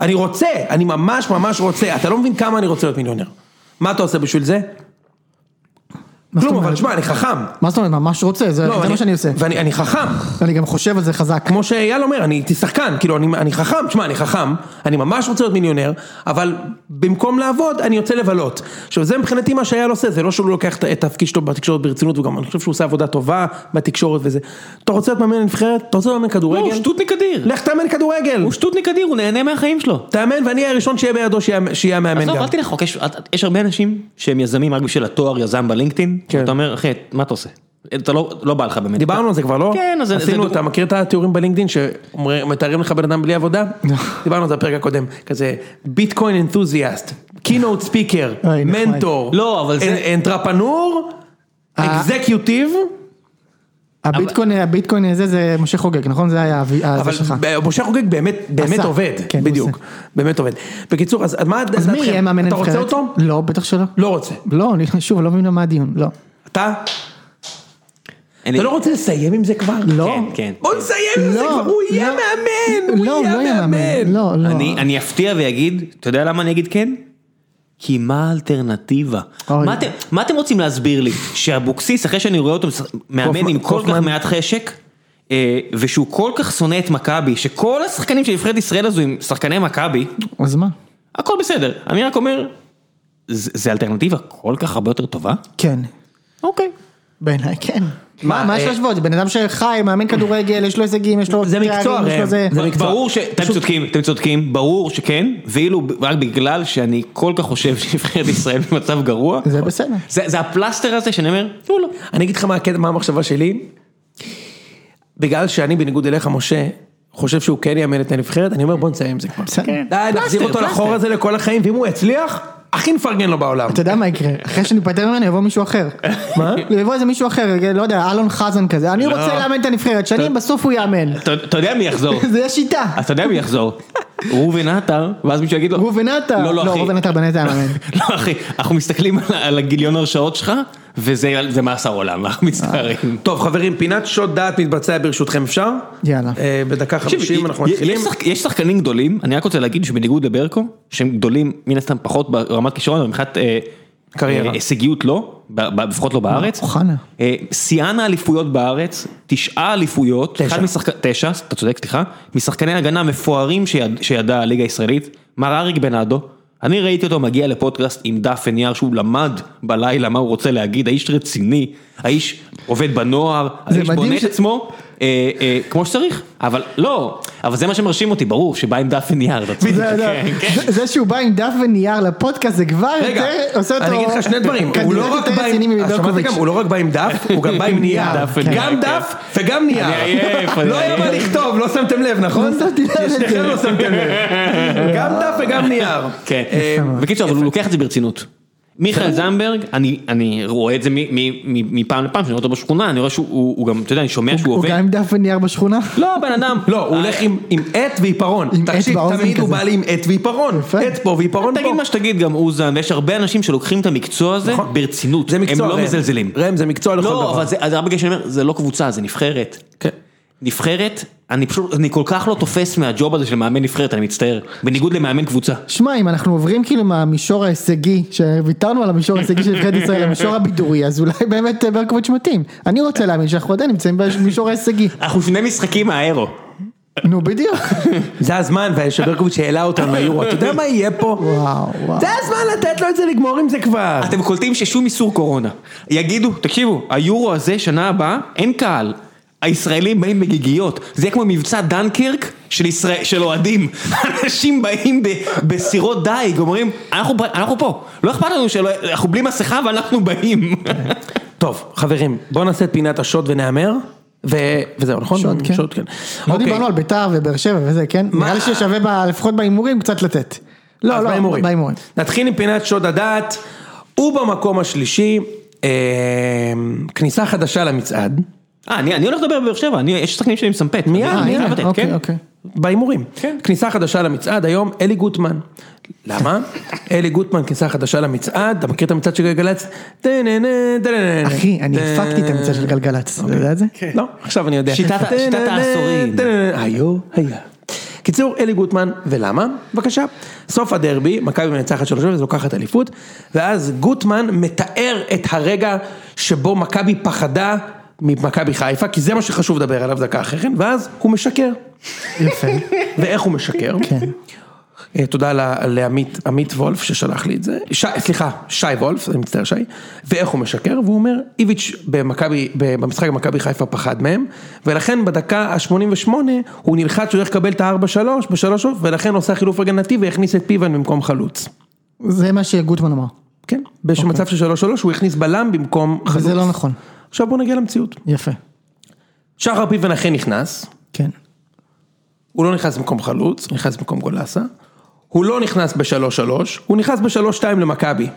אני רוצה, אני ממש ממש רוצה, אתה לא מבין כמה אני רוצה להיות מיליונר. מה אתה עושה בשביל זה? מה זאת כלום, אבל אומרת? שמע, אני חכם. מה זאת אומרת? ממש רוצה, זה לא, זה אני- מה שאני עושה. ואני אני חכם. אני גם חושב על זה חזק. כמו שאייל אומר, אני הייתי שחקן, כאילו אני, אני חכם, תשמע, אני חכם, אני ממש רוצה להיות מיליונר, אבל במקום לעבוד, אני יוצא לבלות. עכשיו, זה מבחינתי מה שאייל עושה, זה לא שהוא לא לוקח את- את התפקיד שלו בתקשורת ברצינות, וגם אני חושב שהוא עושה עבודה טובה בתקשורת וזה. אתה רוצה להיות מאמן נבחרת? אתה רוצה להיות מאמן לא, הוא כדורגל? שטוטניק אדיר. לך תאמן כדורגל. הוא שטוטניק אדיר, הוא נהנה מהחיים שלו. תאמן ואני אהיה הראשון שיהיה בידו שיהיה שיהיה המאמן עזוב, גם. אל תלך רחוק, לא, יש- את- את- יש הרבה אנשים שהם יזמים רק בשביל התואר יזם בלינקדאין, כן. אתה אומר, אחי, מה אתה עושה? אתה לא, לא בא לך באמת. דיברנו על זה כבר, לא? כן, אז זה- עשינו, זה- אתה מכיר את התיאורים בלינקדאין שמתארים לך בן אדם בלי עבודה? לא. דיברנו על זה בפרק הקודם, כזה ביטקוין אנתוזיאסט, קינוט ספיקר, אוי, נחמד. מנטור, לא, אבל זה- אנ- אנטרפנור, אה. אקזקיוטיב, הביטקוין, הביטקוין הזה זה משה חוגג, נכון? זה היה הבי- הזה אבל שלך. ב- משה חוגג באמת באמת עשה. עובד, כן, הוא בדיוק, עושה. באמת עובד. בקיצור, אז אז מה אז מי יהיה מאמן אתה רוצה הנבחרת? אותו? לא, בטח שלא. לא רוצה. לא, אני שוב, לא מבין על מה הדיון, לא. אתה? אין לי- אתה לא רוצה לסיים עם זה כבר? לא. כן, כן. בוא נסיים עם זה לא, כבר, הוא יהיה לא. מאמן, הוא לא, הוא לא יהיה מאמן. לא, לא. אני, אני אפתיע ויגיד, אתה יודע למה אני אגיד כן? כי מה האלטרנטיבה? אוי. מה אתם, מה אתם רוצים להסביר לי? שאבוקסיס, אחרי שאני רואה אותו משח- מאמן עם כל כך קופמן. מעט חשק, אה, ושהוא כל כך שונא את מכבי, שכל השחקנים של נבחרת ישראל הזו הם שחקני מכבי, אז מה? הכל בסדר. אני רק אומר, זה, זה אלטרנטיבה כל כך הרבה יותר טובה? כן. אוקיי. בעיניי כן. מה, מה, מה יש אה, להשוות? בן אדם שחי, מאמן כדורגל, יש לו הישגים, יש לו... זה מקצוע, תארים, יש לו ראם. זה- זה ב- מקצוע. ברור ש... אתם צודקים, אתם צודקים, ברור שכן, ואילו ב- רק בגלל שאני כל כך חושב שנבחרת ישראל במצב גרוע, זה בסדר. זה, זה הפלסטר הזה שאני אומר, תנו לו. אני אגיד לך מה, הקטע- מה המחשבה שלי, בגלל שאני בניגוד אליך משה, חושב שהוא כן יאמן את הנבחרת, אני אומר בוא נסיים עם זה כבר. בסדר. די, נחזיר אותו פלסטר. לחור הזה לכל החיים, ואם הוא יצליח, הכי נפרגן לו בעולם. אתה יודע מה יקרה? אחרי שניפטר ממנו יבוא מישהו אחר. מה? יבוא איזה מישהו אחר, לא יודע, אלון חזן כזה. לא. אני רוצה לאמן את הנבחרת, שנים בסוף הוא יאמן. אתה, אתה יודע מי יחזור, זה השיטה. אתה יודע מי יחזור, ראובן עטר, ואז מישהו יגיד לו, ראובן עטר. לא, לא, לא, אחי. ראובן עטר בנט היה מאמן. לא אחי, אנחנו מסתכלים על- על הגיליון הרשעות שלך, וזה זה מאסר עולם, אנחנו אה. מצטערים. טוב חברים, פינת שוד דעת מתבצע ברשותכם אפשר? יאללה. אה, בדקה תקשיב, חמישים אנחנו יש- מתחילים. יש שחק- יש שחקנים גדולים, אני רק רוצה להגיד שבניגוד לברקו, שהם גדולים מן הסתם פחות ברמת כישרון, אבל מבחינת אה, קריירה. אה, הישגיות לא, ב- ב- לפחות לא בארץ. אוחנה. אה, שיאן האליפויות בארץ, תשעה אליפויות, תשע. אחד משחק... תשע, אתה צודק, סליחה, משחקני הגנה מפוארים שיד... שידעה הליגה הישראלית, מר אריק בנאדו, אני ראיתי אותו מגיע לפודקאסט עם דף ונייר שהוא למד בלילה מה הוא רוצה להגיד, האיש רציני, האיש עובד בנוער, זה האיש מדהים בונה את ש- עצמו אה, אה, כמו שצריך, אבל לא, אבל זה מה שמרשים אותי, ברור, שבא עם דף ונייר, אתה צודק, זה- זה- כן, כן. זה שהוא בא עם דף ונייר לפודקאסט זה כבר רגע, יותר עושה אותו... אני אגיד לך שני דברים, הוא כנראה לא רק יותר בא רציני עם- אז שמעת ממדוקוביץ'. גם, הוא לא רק בא עם דף, הוא גם בא עם נייר, דף ונייר, גם כן. דף וגם נייר, אני עייף, אני לא היה מה עייף. לכתוב, לא שמתם לב נכון? לא שמתי לב לזה. שניכם לא שמתם לב, גם דף וגם נייר, כן, אה, בקיצור, אבל הוא לוקח את זה ברצינות. מיכאל זנברג, אני, אני רואה את זה מ- מ- מ- מפעם לפעם, שאני רואה אותו בשכונה, אני רואה שהוא הוא- הוא גם, אתה יודע, אני שומע שהוא הוא עובד. גם עם דף ונייר בשכונה? לא, בן אדם. לא, הוא הולך עם עם עט ועיפרון, עם עט תקשיב, באוזן תמיד הוא כזה. בא לי עם עט ועיפרון, יפה. עט פה ועיפרון פה, תגיד מה שתגיד גם אוזן, ויש הרבה אנשים שלוקחים את המקצוע הזה נכון. ברצינות. זה מקצוע, הם ראם. לא מזלזלים. ראם זה מקצוע לכל דבר, לא, אבל זה אז הרבה פעמים שאני אומר, זה לא קבוצה, זה נבחרת. כן. נבחרת, אני פשוט, אני כל כך לא תופס מהג'וב הזה של מאמן נבחרת, אני מצטער. בניגוד למאמן קבוצה. שמע, אם אנחנו עוברים כאילו מהמישור ההישגי, שוויתרנו על המישור ההישגי של נבחרת ישראל, למישור הבידורי, אז אולי באמת אה, ברקוביץ' מתאים. אני רוצה להאמין שאנחנו עדיין נמצאים במישור ההישגי. אנחנו שני משחקים מהאירו. נו, בדיוק. זה הזמן שברקוביץ' העלה אותנו ליורו, אתה יודע מה יהיה פה? וואו, וואו. זה הזמן לתת לו את זה לגמור עם זה כבר. אתם קולטים ששום איסור קורונה. יגידו, תקשיבו, היורו הזה, שנה הבאה, אין קהל. הישראלים באים בגיגיות. זה יהיה כמו מבצע דנקרק של, ישראל, של אוהדים. אנשים באים ב, בסירות דייג, אומרים, אנחנו, ב- אנחנו פה. לא אכפת לנו שלא, אנחנו בלי מסכה ואנחנו באים. טוב, חברים, בואו נעשה את פינת השוד ונהמר, ו... וזהו, נכון? שוד, כן. שוד, כן. לא אוקיי. דיברנו על ביתר ובאר שבע וזה, כן? נראה לי ששווה ב- לפחות בהימורים קצת לתת. לא, אז לא, בהימורים. בהימורים. נתחיל עם פינת שוד הדעת, ובמקום השלישי, אה, כניסה חדשה למצעד, אה, אני, אני הולך לדבר בבאר שבע, אני, יש שחקנים שלי מסמפת. מיד, אני- אני מיד, חייב לתת, אוקיי, כן? אוקיי. בהימורים. כן. כניסה חדשה למצעד, היום אלי גוטמן. למה? אלי גוטמן, כניסה חדשה למצעד, אתה מכיר את המצעד של גלגלצ? אחי, אני אה, הפקתי את המצע של גלגלצ, אתה יודע את זה? לא, עכשיו אני יודע. שיטת- שיטת העשורים. היו, היה. קיצור, אלי גוטמן, ולמה? בבקשה. סוף הדרבי, מכבי מנצחת 3-0, לוקחת אליפות, ואז גוטמן מתאר את הרגע שבו מכבי פחדה ממכבי חיפה, כי זה מה שחשוב לדבר עליו דקה אחרי כן, ואז הוא משקר. יפה. ואיך הוא משקר. כן. אה, תודה ל- לעמית עמית וולף ששלח לי את זה, שי, סליחה, שי וולף, אני מצטער שי, ואיך הוא משקר, והוא אומר, איביץ' במכבי, ב- במשחק במכבי חיפה פחד מהם, ולכן בדקה ה-88 הוא נלחץ שהוא הולך לקבל את ה-4-3 בשלוש אוף, ולכן עושה חילוף הגנתי והכניס את פיבן במקום חלוץ. זה מה שגוטמן אמר. כן, במצב של שלוש שלוש הוא הכניס בלם במקום חלוץ. אוקיי. וזה לא נכון. עכשיו בוא נגיע למציאות. יפה. שחר פיבן אכן נכנס, כן. הוא לא נכנס במקום חלוץ, הוא נכנס במקום גולסה, הוא לא נכנס בשלוש שלוש, הוא נכנס בשלוש שתיים למכבי.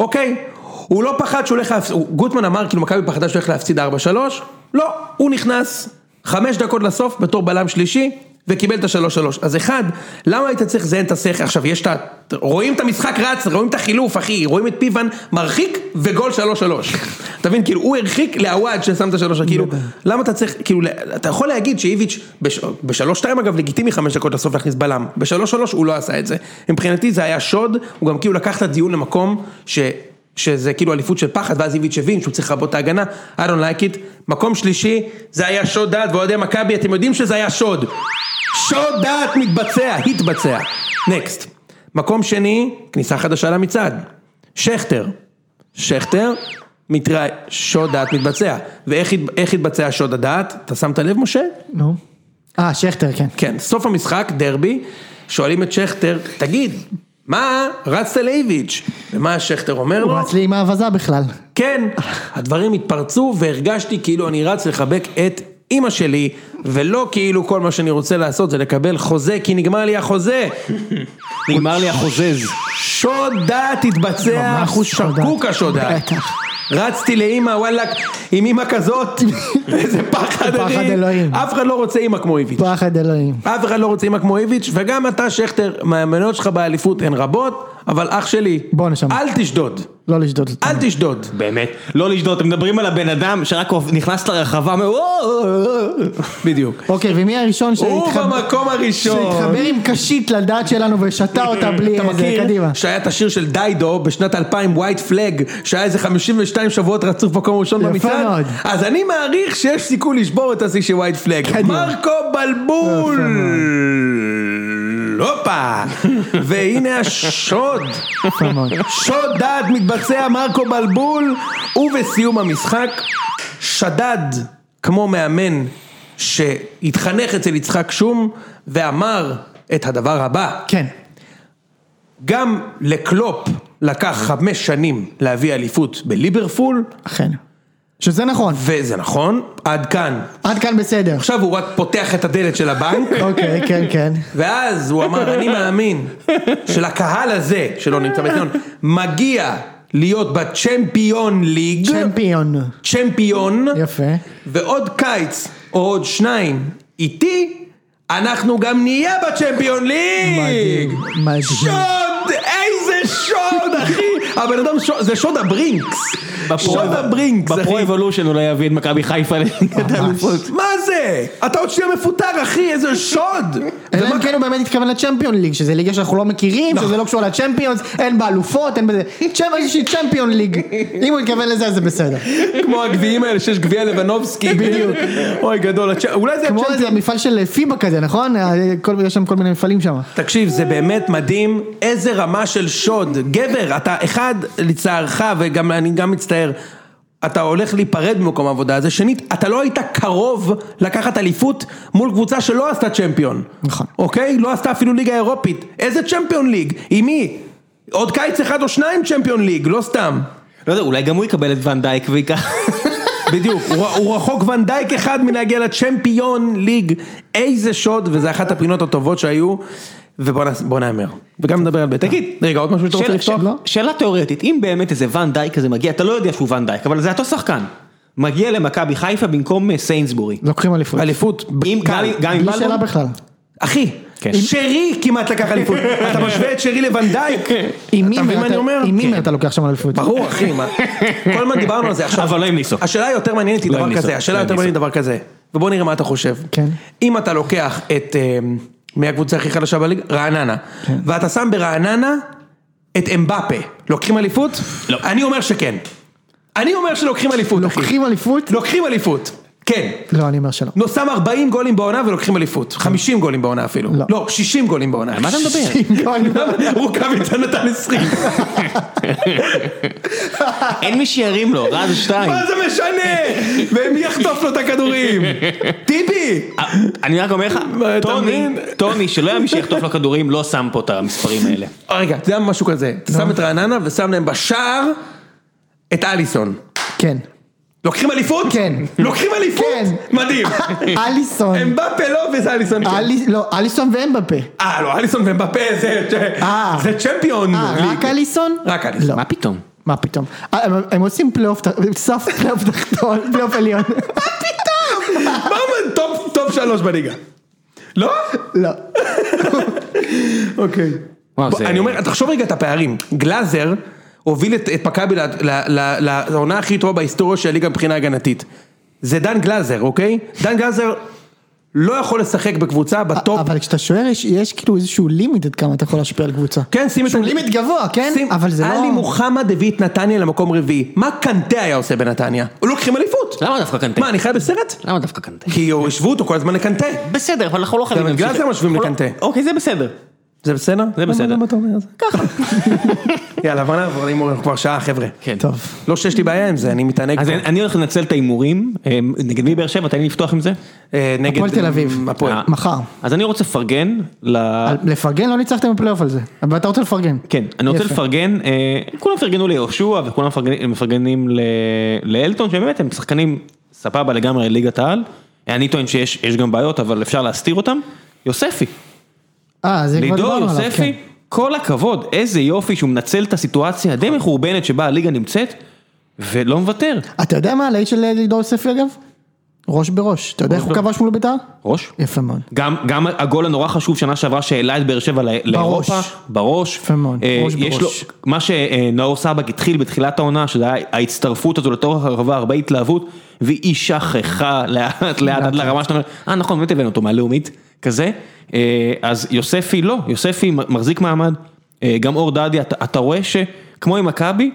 אוקיי? הוא לא פחד שהוא הולך להפסיד, גוטמן אמר כאילו מכבי פחדה שהוא הולך להפסיד ארבע שלוש, לא, הוא נכנס חמש דקות לסוף בתור בלם שלישי. וקיבל את השלוש שלוש. אז אחד, למה היית צריך לזיין את השכל? עכשיו, יש את ה... רואים את המשחק רץ, רואים את החילוף, אחי, רואים את פיוון מרחיק וגול שלוש שלוש. אתה מבין? כאילו, הוא הרחיק לעווד ששם את השלוש, כאילו, למה אתה צריך, כאילו, אתה יכול להגיד שאיביץ' בש- בשלוש שתיים אגב לגיטימי חמש דקות לסוף להכניס בלם, בשלוש שלוש הוא לא עשה את זה. מבחינתי זה היה שוד, הוא גם כאילו לקח את הדיון למקום ש... שזה כאילו אליפות של פחד, ואז איביץ' הבין שהוא צריך לעבוד את ההגנה, I don't like it. מקום שלישי, זה היה שוד דעת, ואוהדי מכבי, אתם יודעים שזה היה שוד. שוד דעת מתבצע, התבצע. נקסט. מקום שני, כניסה חדשה למצעד. שכטר. שכטר, מתרא... שוד דעת מתבצע. ואיך הת- איך התבצע שוד הדעת? אתה שמת לב, משה? נו. אה, שכטר, כן. כן, סוף המשחק, דרבי, שואלים את שכטר, תגיד, מה רצת לאיביץ'? ומה שכטר אומר לו? הוא רץ לי עם האבזה בכלל. כן, הדברים התפרצו והרגשתי כאילו אני רץ לחבק את אימא שלי, ולא כאילו כל מה שאני רוצה לעשות זה לקבל חוזה, כי נגמר לי החוזה. נגמר לי החוזז. שוד דעת התבצע, ממש אחוז שוד דעת. שקוק השוד דעת. בטח. רצתי לאימא, וואלכ, עם אימא כזאת, איזה פחד פחד אחי. אלוהים. אף אחד לא רוצה אימא כמו איביץ'. פחד אלוהים. אף אחד לא רוצה אימא כמו איביץ', וגם אתה, שכטר, מהמניות שלך באליפות הן רבות, אבל אח שלי, בוא, נשמה. אל תשדוד, לא לשדוד אותה. אל תשדוד. באמת, לא לשדוד, אתם מדברים על הבן אדם שרק נכנס לרחבה, אומר, "וואו." בדיוק. אוקיי, ומי הראשון הוא שהתחבר- במקום הראשון. שהתחבר עם קשית לדעת שלנו ושתה אותה בלי אתה איזה, מכיר קדימה. שהיה את השיר של דיידו בשנת 2000, ווייט פלג, שהיה איזה 52 שבועות רצוף במקום ראשון יפה במצעד? מאוד. אז אני מעריך שיש סיכוי לשבור את השיא של ווייט פלג. קדימה. מרקו בלבול! הופה! והנה השוד! יפה מאוד. שוד דעת מתבצע מרקו בלבול, ובסיום המשחק, שדד כמו מאמן שהתחנך אצל יצחק שום, ואמר את הדבר הבא. כן. גם לקלופ לקח חמש שנים להביא אליפות בליברפול, אכן. שזה נכון. וזה נכון, עד כאן. עד כאן בסדר. עכשיו הוא רק פותח את הדלת של הבנק, אוקיי, כן, כן. ואז הוא אמר, אני מאמין שלקהל הזה, שלא נמצא בציון, מגיע להיות בצ'מפיון ליג, צ'מפיון. צ'מפיון, יפה. ועוד קיץ, או עוד שניים, איתי, אנחנו גם נהיה בצ'מפיון ליג! מדהים, מדהים. שוד! איזה שוד, אחי! הבן אדם שוד, זה שוד הברינקס! שוד הברינקס, בפרו אחי! אבולושן אולי יביא את מכבי חיפה לליגת האלופות. מה זה? אתה עוד שנייה מפוטר, אחי, איזה שוד! אלא ומה- אם כן הוא באמת התכוון לצ'מפיון ליג, שזה ליגה שאנחנו לא מכירים, שזה לא קשור לצ'מפיונס, אין בה אלופות, אין בזה. צ'מ- איזושהי צ'מפיון ליג. אם הוא התכוון לזה, אז זה בסדר. כמו הגביעים האלה שיש גביע לבנובסקי, בדיוק. אוי, גדול, הצ'- אולי זה כמו הצ'מפיונס- איזה מפעל של פיבה כזה, נכון? ה- כל- יש שם כל מיני מפעלים שם. תקשיב, זה באמת מדהים, איזה רמה של שוד. גבר, אתה אחד, לצערך, וגם אני גם מצטער, אתה הולך להיפרד ממקום העבודה הזה. שנית, אתה לא היית קרוב לקחת אליפות מול קבוצה שלא עשתה צ'מפיון. נכון. אוקיי? לא עשתה אפילו ליגה אירופית. איזה צ'מפיון ליג? עם מי? עוד קיץ אחד או שניים צ'מפיון ליג, לא סתם. לא יודע, אולי גם הוא יקבל את ונדייק וייקח... בדיוק, הוא, הוא רחוק ונדייק אחד מלהגיע לצ'מפיון ליג. איזה שוד, וזה אחת הפינות הטובות שהיו. ובוא נס- בוא נהמר, וגם נדבר על בית"ר. תגיד, רגע עוד משהו שאתה רוצה שאלה- לפתוח? שאלה- שאלה תיאורטית, אם באמת איזה ונדייק כזה מגיע, אתה לא יודע שהוא ונדייק, אבל זה אותו שחקן. מגיע למכבי חיפה במקום אה, סיינסבורי. לא. לוקחים אליפות. אליפות, אם- קל. גם- גם עם בלי בלבול? שאלה בכלל. אחי, כן. שרי כמעט לקח אליפות, אתה משווה את שרי לוונדייק, עם אתה מבין מה אני אומר? כן. מימר אתה לוקח שם אליפות. ברור אחי, מה, כל הזמן דיברנו על זה עכשיו, אבל לא עם ניסו. השאלה היותר מעניינת היא לא עם דבר ניסו, כזה, השאלה לא עם היותר ניסו. מעניינת היא דבר כזה, ובוא נראה מה אתה חושב, כן. אם אתה לוקח את, אה, מהקבוצה הכי חלשה בליגה, רעננה, כן. ואתה שם ברעננה את אמבפה, לוקחים אליפות? לא. אני אומר שכן, אני אומר שלוקחים אליפות, אחי. לוקחים אליפות? לוקחים אליפות, כן. לא, אני אומר שלא. נו, שם 40 גולים בעונה ולוקחים אליפות. 50 גולים בעונה אפילו. כן. לא. לא, 60 גולים בעונה. על מה אתה מדבר? לא. רוקאביצה נתן 20. אין מי שירים לו, רז שתיים. מה זה משנה? ומי יחטוף לו את הכדורים? טיבי! אה, אני רק אומר לך, מה, אתה טוני, מבין? טוני, שלא היה מי שיחטוף לו כדורים, לא שם פה את המספרים האלה. רגע, אתה יודע משהו כזה. אתה שם את רעננה ושם להם בשער את אליסון. כן. לוקחים אליפות? כן. לוקחים אליפות? כן. מדהים. אליסון. אמבפה לא וזה אליסון. כן. אלי- לא, אליסון ואמבפה. אה, לא, אליסון ואמבפה זה... אה. זה צ'מפיון. אה, רק ליג. אליסון? רק אליסון. לא. מה פתאום? מה פתאום? אה, הם- הם עושים פלייאוף, ת- סוף פלייאוף תחתון, פלייאוף עליון. ברמן טופ- טופ שלוש בליגה. לא? לא. אוקיי. וואו, בוא, זה- אני אומר, תחשוב רגע את הפערים. גלאזר הוביל את את מכבי ל- ל- ל- לעונה הכי טובה בהיסטוריה של הליגה מבחינה הגנתית. זה דן גלאזר, אוקיי? דן גלאזר לא יכול לשחק בקבוצה בטופ. אבל כשאתה שוער יש- יש כאילו איזשהו לימיט עד כמה אתה יכול להשפיע על קבוצה. כן, שים את... שהוא ה- לימיט גבוה, כן? שים- אבל זה לא... עלי מוחמד הביא את נתניה למקום רביעי. מה קנטה היה עושה בנתניה? הוא לא לוקחים אליפות. למה דווקא קנטה? מה, אני חי בסרט? למה דווקא קנטה? כי הוא- השוו אותו כל הזמן לקנטה. בסדר, אבל אנחנו לא חייבים גם את להמשיך. גלאזר משווים אנחנו לא- לקנטה. אוקיי, זה בסדר. זה בסדר? זה בסדר. למה- למה אתה אומר את זה? ככה. יאללה, בוא נעבור להימור, אנחנו כבר שעה, חבר'ה. כן. טוב. לא שיש לי בעיה עם זה, אני מתענג אז פה. אני אני הולך לנצל את ההימורים, אה, נגד מי באר שבע, תן לי לפתוח עם זה. אה, נגד... הפועל תל אביב. אה, הפועל. אה. מחר. אז אני רוצה לפרגן ל... על- לפרגן? לא ניצחתם בפלייאוף על זה. אבל אתה רוצה לפרגן. כן, אני רוצה יפה. לפרגן, אה, כולם פרגנו ליהושע וכולם מפרגנים- מפרגנים ל- לאלטון, שבאמת הם שחקנים סבבה לגמרי לליגת העל. אני טוען שיש יש גם בעיות, אבל אפשר להסתיר אותם. יוספי, אה, זה כבר לידור דיברנו עליו. כן. יוספי, נכון. כל הכבוד, איזה יופי שהוא מנצל את הסיטואציה הדי מחורבנת שבה הליגה נמצאת, ולא מוותר. אתה יודע מה הלהיט של אה, לידור יוספי אגב? ראש בראש. אתה יודע איך הוא כבש מול בית"ר? ראש? יפה מאוד. גם, גם הגול הנורא חשוב שנה שעברה שהעלה את באר שבע ל- לאירופה, בראש, יפה מאוד, אה, ראש יש בראש. לו, מה שנאור סבק התחיל בתחילת העונה, שזה היה ההצטרפות הזו לתוך הרחבה, הרבה התלהבות, והיא שכחה לאט לאט עד לרמה שאתה אומר, אה נכון, באמת הבאנו אותו מהלאומית, כזה, אה, אז יוספי לא, יוספי מ- מחזיק מעמד, אה, גם אור דדיה, אתה, אתה רואה שכמו עם מכבי,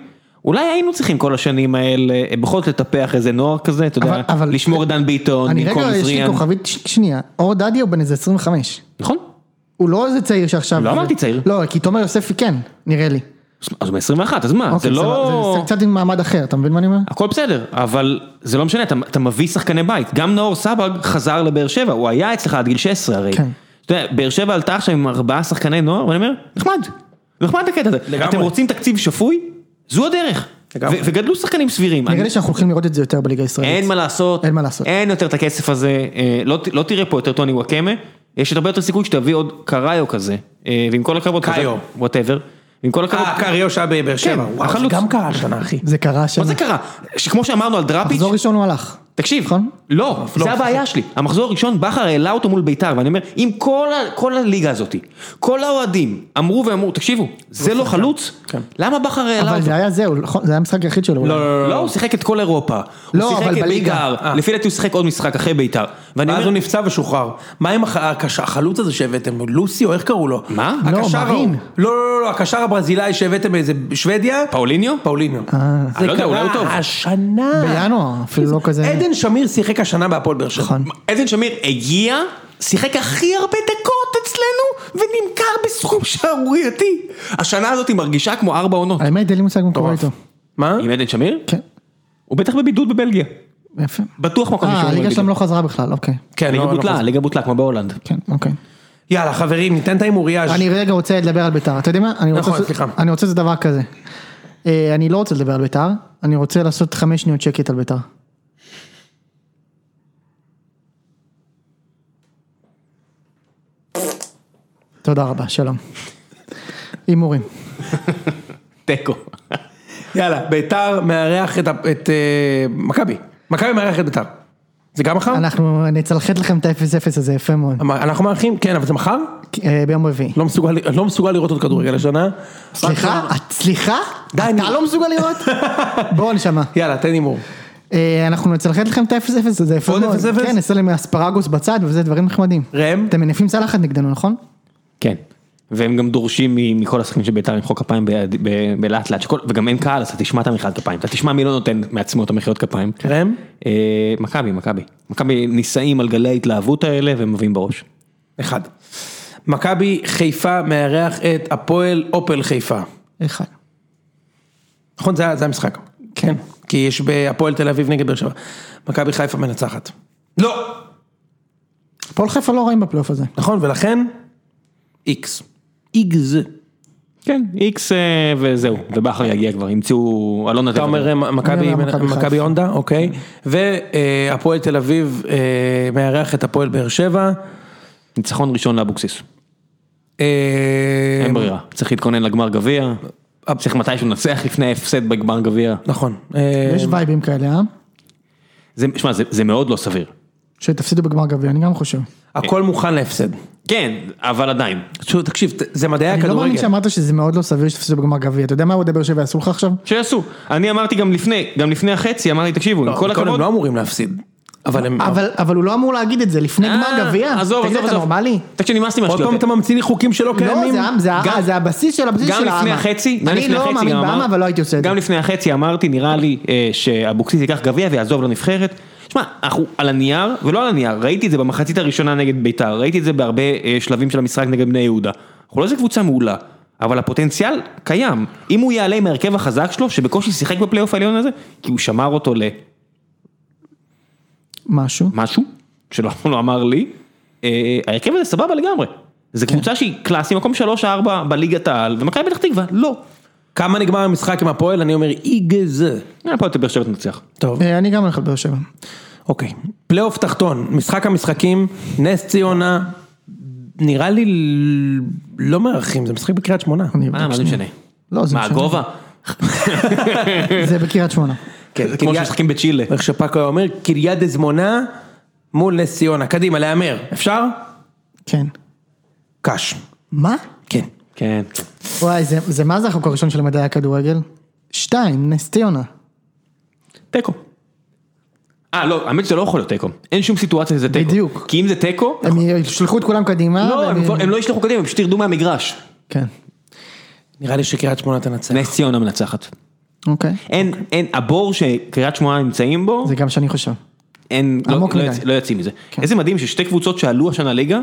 אולי היינו צריכים כל השנים האלה, אה, בכל זאת לטפח איזה נוער כזה, אתה יודע, אבל- אבל- לשמור את דן ביטון, אני במקום רגע, יש לי זריאן, כוכבית ש- שנייה. אור דדיה הוא בן איזה 25. נכון? הוא לא איזה צעיר שעכשיו... לא אמרתי צעיר. לא, כי תומר יוספי כן, נראה לי. אז הוא מ-21, אז מה, זה אוקיי, לא... זה קצת עם מעמד אחר, אתה מבין מה אני אומר? הכל בסדר, אבל זה לא משנה, אתה, אתה מביא שחקני בית. גם נאור סבג חזר לבאר שבע, הוא היה אצלך עד גיל 16 הרי. כן. אתה יודע, באר שבע עלתה עכשיו עם ארבעה שחקני נוער, ואני אומר, נחמד, נחמד הקטע הזה. לגמרי. אתם רוצים תקציב שפוי? זו הדרך. לגמרי. ו- וגדלו שחקנים סבירים. נראה אני- לי שאנחנו הולכים לראות את זה יותר בליגה הישראלית. אין מה לעשות. אין מה לעשות. אין יותר את הכסף הזה, אה, לא, ת- לא תראה פה יותר טוני וואקמה, יש הרבה יותר סיכוי שתביא עוד קראיו כזה. אה, ועם כל הכבוד, קאיו. וואטאבר. ועם כל הכבוד, אה, קריו שהיה בבאר כן, שבע, וואו, זה החלוץ. גם קרה השנה, אחי. זה קרה שם. מה זה קרה? שכמו שאמרנו על דראפיץ', מחזור ראשון הוא לא הלך. תקשיב, נכון? לא, לא, זה הבעיה שלי. המחזור הראשון, בכר העלה אותו מול ביתר, ואני אומר, אם כל ה- כל הליגה הזאת, כל האוהדים אמרו ואמרו, תקשיבו, זה לא חלוץ? כן. למה בכר העלה אבל אותו? זה היה זהו, נכון? זה היה המשחק היחיד שלו. אולי. לא, לא, הוא שיחק את כל אירופה. לא, הוא אבל שיחק את בליגה. ביתר, אה. לפי דעתי הוא שיחק עוד משחק אחרי ביתר. ואני ואז אומר, הוא נפצע ושוחרר. מה עם הח- הקש- החלוץ הזה שהבאתם? לוסי או איך קראו לו? מה? הקשר לא, ההוא. מרין. לא, לא, לא, לא, הקשר הברזילאי שהבאתם מאיזה שוודיה? פאוליניו? פאוליניו. אה, אני לא יודע, אולי הוא טוב. אה, השנה. בינואר, אפילו לא כזה. עדן שמיר שיחק השנה בהפועל באר לא. שבע. נכון. עדן שמיר הגיע, שיחק הכי הרבה דקות אצלנו, ונמכר בסכום שערורייתי. השנה הזאת היא מרגישה כמו ארבע עונות. האמת, אין לי מושג מה קורה מטורף. איתו. מה? עם עדן שמיר? כן, הוא בטח בבידוד בבלגיה. יפה. בטוח מקום אה, ראשון הליגה בבלגיה. שלהם לא חזרה בכלל, אוקיי. כן, הליגה לא, לא בוטלה, חוזר. הליגה בוטלה כמו בהולנד. כן, אוקיי. יאללה, חברים, ניתן את ההימוריה. אני רגע רוצה לדבר על ביתר. אתה יודע מה? אני רוצה נכון, לעשות- סליחה. אני רוצה לעשות דבר כזה. אה, אני לא רוצה לדבר על ביתר, אני רוצה לעשות חמש שניות שקט על ביתר. תודה רבה, שלום. הימורים. תיקו. יאללה, ביתר מארח את ה- את אה, מכבי. מכבי מארח את ביתר. זה גם מחר? אנחנו נצלחת לכם את ה-0-0 הזה, יפה מאוד. אמר, אנחנו מארחים? כן, אבל זה מחר? אה, ביום רביעי. לא מסוגל- לא מסוגל לראות עוד כדורגל השנה. סליחה? את- סליחה? די, אתה נו. לא מסוגל לראות? בואו נשמע. יאללה, תן הימור. אה, אנחנו נצלחת לכם את ה-0-0 הזה, יפה עוד מאוד. 0-0? כן, נעשה להם אספרגוס בצד וזה דברים נחמדים. ראם? אתם מניפים צלחת נגדנו, נכון? כן. והם גם דורשים מ- מכל השחקנים של בית"ר למחוא כפיים ב- ב- בלאט לאט, שכל- וגם אין קהל אז אתה תשמע את המחיאות כפיים, אתה תשמע מי לא נותן מעצמו את המחיאות כפיים. ראם? אה, מכבי, מכבי. מכבי נישאים על גלי ההתלהבות האלה ומביאים בראש. אחד. מכבי חיפה מארח את הפועל אופל חיפה. אחד. נכון? זה, ה- זה המשחק. כן. כי יש בהפועל תל אביב נגד באר שבע. מכבי חיפה מנצחת. לא! הפועל חיפה לא רעים בפלייאוף הזה. נכון? ולכן, איקס. איגז. כן, איקס אה, וזהו, ובכר יגיע כבר, ימצאו אלונה אתה אומר אה, מכבי אני אומר, מכבי מכבי חיפה. כן. הונדה, אוקיי. והפועל תל אביב אה, מארח את הפועל באר שבע. ניצחון ראשון לאבוקסיס. אה, אין ברירה, צריך להתכונן לגמר גביע, צריך מתישהו לנצח לפני ההפסד בגמר גביע. נכון. אה, יש וייבים כאלה, אה? זה- שמע, זה- זה מאוד לא סביר. שתפסידו בגמר גביע, אני גם חושב. הכל מוכן להפסד. כן, אבל עדיין. תשמעו, תקשיב, ת- זה מדעי אני לא מאמין הכדורגל. שאמרת שזה מאוד לא סביר שתפסידו בגמר גביע. אתה יודע מה אוהדי באר שבע יעשו לך עכשיו? שיעשו. אני אמרתי גם לפני, גם לפני החצי, אמרתי, תקשיבו, עם כל קודם הכבוד... הם לא אמורים להפסיד. אבל הם... אבל אבל הוא לא אמור להגיד את זה לפני גמר אה, גביע. עזוב, תגיד, עזוב, אתה עזוב. נורמלי? תקשיב, נמאס לי עוד מהשטויות פעם אתה האלה. ממציא לי חוקים שלא לא, קיימים? זה העם, זה ה- גם- זה הבסיס של הבסיס של גם העם. לפני החצי, גם אני לפני לא החצי מאמין גם בעם, אמר- אבל לא הייתי עושה את זה. גם לפני החצי אמרתי, נראה לי אה, שאבוקסיס ייקח גביע ויעזוב לנבחרת. שמע, אנחנו על הנייר, ולא על הנייר, ראיתי את זה במחצית הראשונה נגד ביתר, ראיתי את זה בהרבה אה, שלבים של המשחק נגד בני יהודה. אנחנו לא איזה קבוצה מעולה, אבל הפוטנציאל קיים. אם הוא יעלה עם ההרכב החזק שלו, שבקושי שיחק בפלייאוף העליון הזה, כי הוא שמר אותו ל... משהו. משהו, שלא לא אמר לי, אה, ההרכב הזה סבבה לגמרי. זו קבוצה שהיא קלאסי, מקום 3-4 בליגת העל, ומכבי פתח תקווה, לא. כמה נגמר המשחק עם הפועל? אני אומר איגז. אה, הפועל באר שבע תנצח. טוב, אה, אני גם הולך לבאר שבע. אוקיי. פלייאוף תחתון, משחק המשחקים, נס ציונה, נראה לי ל- לא מארחים, זה משחק בקריית שמונה. אני מה, אבדוק מה זה שנייה. משנה? לא, זה מה, משנה. הגובה? לא, זה בקריית שמונה. כן, כמו קריה- שמשחקים בצ'ילה. איך שפאקו היה אומר, קריה דזמונה מול נס ציונה. קדימה, להמר. אפשר? כן. קאש. מה? כן. כן. וואי, זה- זה מה זה החוק הראשון של מדעי הכדורגל? שתיים, נס ציונה. תיקו. אה, לא, האמת שזה לא יכול להיות תיקו. אין שום סיטואציה שזה תיקו. בדיוק. אה, כי אם זה תיקו, הם ישלחו את כולם קדימה. לא, והם- הם כבר- הם לא ישלחו קדימה, הם פשוט ירדו מהמגרש. כן, נראה לי שקריית שמונה תנצח. נס ציונה מנצחת. אוקיי. אין, אין, הבור שקריית שמונה נמצאים בו, זה גם שאני חושב. אין, לא- עמוק לא מדי. יצ- לא יוצאים מזה. איזה מדהים ששתי קבוצות שעלו השנה ליגה,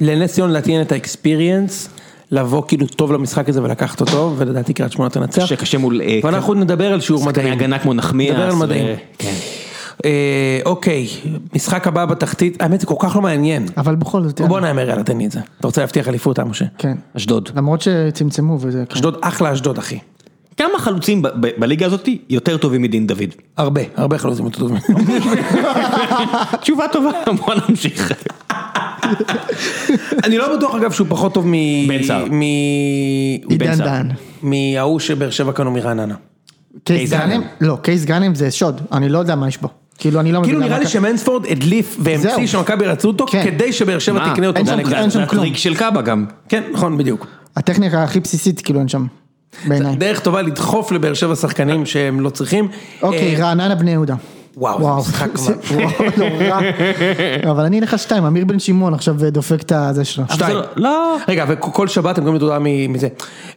לנס ציונה להתאים את האקספיריאנס, לבוא כאילו טוב למשחק הזה ולקחת אותו, ולדעתי קריית שמונה תנצח. שקשה מול... אה, ואנחנו נדבר על שיעור שחקני מדעים. הגנה כמו נחמיאס. כן. נדבר על ו- מדעים. כן. אה, אוקיי, משחק הבא בתחתית, האמת זה כל כך לא מעניין. אבל בכל כן. זאת, בוא נאמר, יאללה, תן לי את זה. אתה רוצה להבטיח אליפות, אה, משה? כן. אשדוד. למרות שצמצמו וזה, כן. אשדוד, אחלה אשדוד, אחי. כמה חלוצים ב- ב- בליגה הזאת יותר טובים מדין דוד? הרבה, הרבה חלוצים יותר טובים. תשובה טובה, בוא נמשיך. אני לא בטוח, אגב, שהוא פחות טוב מ... בן סער. מ... עידן סער. דן. מההוא שבאר שבע קנו מרעננה. קייס גאנם? לא, קייס גאנם זה שוד, אני לא יודע מה יש בו. כאילו, אני לא מבין. כאילו נראה לי למה- שמנספורד הדליף והמציא זהו. שמכבי רצו אותו, כן. כדי שבאר שבע תקנה אותו. אין שם- זה- אין שם זה כלום. הטריק של קאבה גם. כן, נכון, בדיוק. הטכניקה הכי בסיסית, כאילו, אין שם. בעיניי. דרך טובה לדחוף לבאר שבע שחקנים שהם לא צריכים. אוקיי, אה, רעננה בני יהודה. וואו, זה משחק זה- וואו, נורא. אבל אני אלך על שתיים, אמיר בן שמעון עכשיו דופק את הזה שלו. אבל זה שתיים. לא- לא. רגע, וכל שבת הם מקבלים תודעה מ- מזה.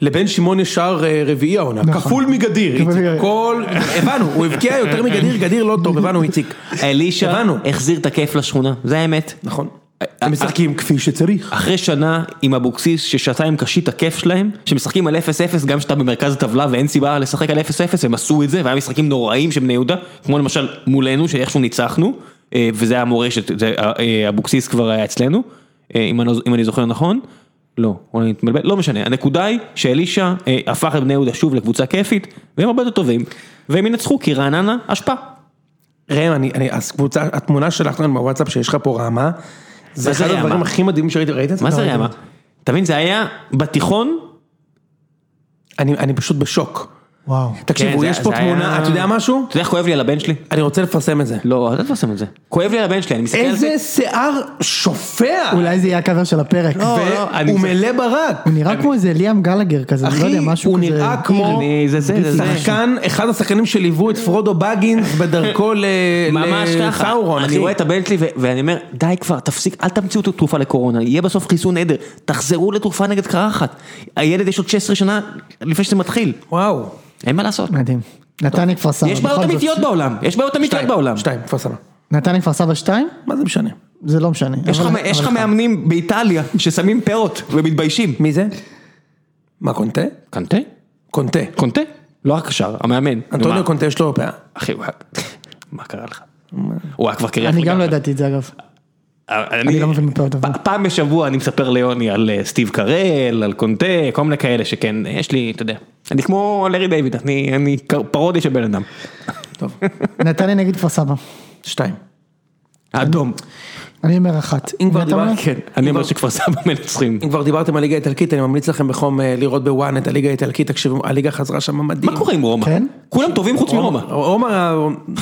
לבן שמעון יש שער אה, רביעי העונה, נכון. כפול מגדיר, כפול איציק. מגדיר. כל... הבנו, הוא הבקיע יותר מגדיר, גדיר לא טוב, הבנו, איציק. אלישע אה, הבנו. החזיר את הכיף לשכונה, זה האמת. נכון. הם משחקים כפי שצריך. אחרי שנה עם אבוקסיס ששתה עם קשית הכיף שלהם, שמשחקים על 0-0 גם כשאתה במרכז הטבלה ואין סיבה לשחק על 0-0, הם עשו את זה, והיה משחקים נוראים של בני יהודה, כמו למשל מולנו שאיכשהו ניצחנו, אה, וזה היה מורשת, זה, אה, אה, אבוקסיס כבר היה אצלנו, אה, אם אני, אם אני זוכר נכון, לא, אולי אני מתבלבל, לא משנה, הנקודה היא שאלישע אה, הפך את בני יהודה שוב לקבוצה כיפית, והם הרבה יותר טובים, והם ינצחו כי רעננה אשפה. ראם, אני, אני, אז קבוצה, התמונה שלך כאן בוואטסאפ שיש לך פה רעמה, זה מה זה אחד רעמה? הדברים הכי מדהימים שראיתי, ראית את מה לא זה היה? ראיתי. מה? אתה מבין, זה היה בתיכון, אני, אני פשוט בשוק. וואו. תקשיבו, כן, זה- יש פה זה היה- תמונה, אתה יודע משהו? אתה יודע איך כואב לי על הבן שלי? אני רוצה לפרסם את זה. לא, אל תפרסם את זה. כואב לי על הבן שלי, אני מסתכל על זה. איזה שיער שופע! אולי זה יהיה הקאבר של הפרק. לא, לא, אני- והוא מלא ברק. הוא נראה כמו איזה ליאם גלגר כזה, אני לא אחי, יודע, משהו הוא כזה. נראה כמו אני- זה זה, זה זה. שחקן, אחד השחקנים שליוו את פרודו בגינס בדרכו ל- ממש ככה, לסאורון, אני אחי. רואה את הבן שלי ו- ואני אומר, די כבר, תפסיק, אל תמציאו את התרופה לקורונה, יהיה בסוף חיסון עדר, תחזרו לתרופה נגד קרחת. הילד יש עוד 16 שנה לפני שזה מתחיל, וואו. אין מה לעשות. מדהים. נתניה כפר סבא. יש בכל בעיות זאת. אמיתיות בעולם, יש בעיות אמיתיות שתיים, בעולם. שתיים, כפר סבא. נתניה כפר סבא 2? מה זה משנה? זה לא משנה. יש אבל- לך- יש לך אבל- מאמנים באיטליה ששמים פאות ומתביישים. מי זה? מה, קונטה? קונטה? קונטה. קונטה? לא הקשר, המאמן. אנטוניו נו, מה? קונטה יש לו פאה. אחי, הוא היה- מה קרה לך? הוא היה כבר קריח אני גם לא לגמרי. ידעתי את זה אגב. אה, אני לא מבין מפאות אבל. פ- פעם בשבוע אני מספר ליוני על אה, סטיב קרל, על קונטה, כל מיני כאלה שכן, אה, יש לי, אתה יודע, אני כמו לארי דיוויד, אני, אני קר- פרודיה של בן אדם. טוב. נתניה נגד כפר סבא. שתיים. האדום. אני אומר אחת. אם כבר ואתה אומר- דיברת- כן, אני אומר שכפר סבא מנצחים. אם כבר דיברתם על ליגה איטלקית, אני ממליץ לכם בחום אה, לראות בוואן את הליגה האיטלקית, תקשיבו, הליגה חזרה שם מדהים. מה קורה עם רומא? כן? כולם טובים חוץ מרומא. רומא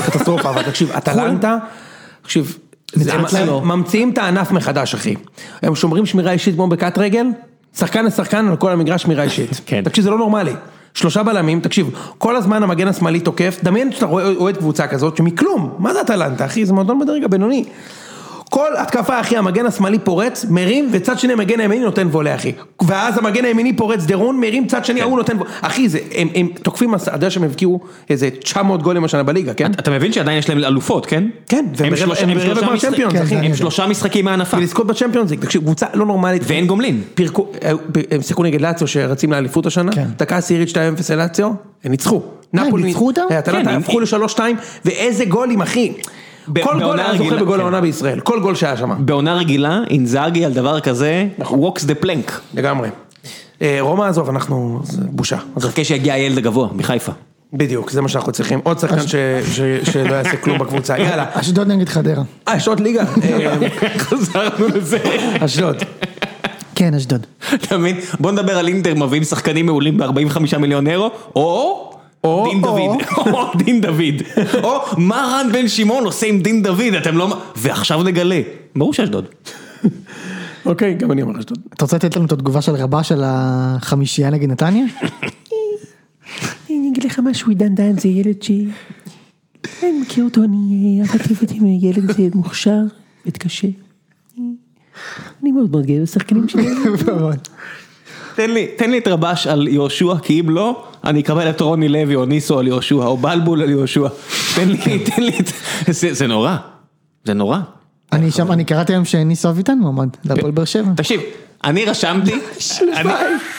קטסטרופה, אבל תקשיב, אטלנטה, תקשיב, זה- מצוין. הם- הם ממציאים את הענף מחדש, אחי. הם שומרים שמירה אישית כמו בקט רגל, שחקן לשחקן על כל המגרש שמירה אישית. כן. תקשיב, זה לא נורמלי. שלושה בלמים, תקשיב, כל הזמן המגן השמאלי תוקף, דמיין שאתה רואה אוהד קבוצה כזאת שמכלום, מה זה אטלנטה, אחי, זה מועדון בדרג הבינוני. כל התקפה אחי, המגן השמאלי פורץ, מרים, וצד שני המגן הימיני נותן וולה אחי. ואז המגן הימיני פורץ דרון, מרים, צד שני ההוא נותן וולה. אחי, זה, הם, הם תוקפים, מס- אתה יודע שהם הבקיעו איזה 900 גולים השנה בליגה, כן? אתה מבין שעדיין יש להם אלופות, כן? כן, והם הם ברבע- שלושה- הם הם ברבע שלושה גמר משחק- צ'מפיונס, כן, אחי. הם שלושה משחקים מהענפה. ולזכות בצ'מפיונס ליג, תקשיב, קבוצה לא נורמלית. ואין גומלין. פירקו, אה, ב- הם שיחקו נגד לאציו שרצים לאליפות השנה, כן. דקה עשירית 2-0 לאציו, הם ניצחו. מה, הם נפולי- ניצחו אותם? אה, אטלנטה, כן, הפכו הם- ל-3-2, ואיזה גולים אחי. ב- כל גול בעונה היה זוכה רגילה, בגול כן. העונה בישראל, כל גול שהיה שם. בעונה רגילה, אינזאגי על דבר כזה, walks the plank. לגמרי. אה, רומא עזוב, אנחנו, זה בושה. עזוב. חכה שיגיע הילד הגבוה, מחיפה. בדיוק, זה מה שאנחנו צריכים. עוד שחקן ש- ש- שלא יעשה כלום בקבוצה, יאללה. אשדוד נגד חדרה. אה, יש עוד ליגה? אה, חזרנו לזה. אשדוד. כן, אשדוד. אתה מבין? בוא נדבר על אינטר מביאים שחקנים מעולים ב-45 מיליון אירו, או או, דין או, דוד, או דין דוד, או מה רן בן שמעון עושה עם דין דוד, אתם לא... ועכשיו נגלה. ברור שאשדוד. אוקיי, גם אני אומר אשדוד. אתה רוצה לתת לנו את התגובה של רבש על החמישייה נגד נתניה? אני אגיד לך משהו, עידן דהן זה ילד ש... אני מכיר אותו, אני עבדתי עבדתי עם ילד זה מוכשר, מתקשה. אני מאוד מאוד גאה בשחקנים שלי. תן לי, תן לי את רבש על יהושע, כי אם לא, אני אקבל את רוני לוי או ניסו על יהושע, או בלבול על יהושע. תן לי, תן לי את... זה, זה נורא. זה נורא. אני שם, אני קראתי היום שניסו אביטן מועמד, להפועל באר שבע. תקשיב, אני רשמתי, אני,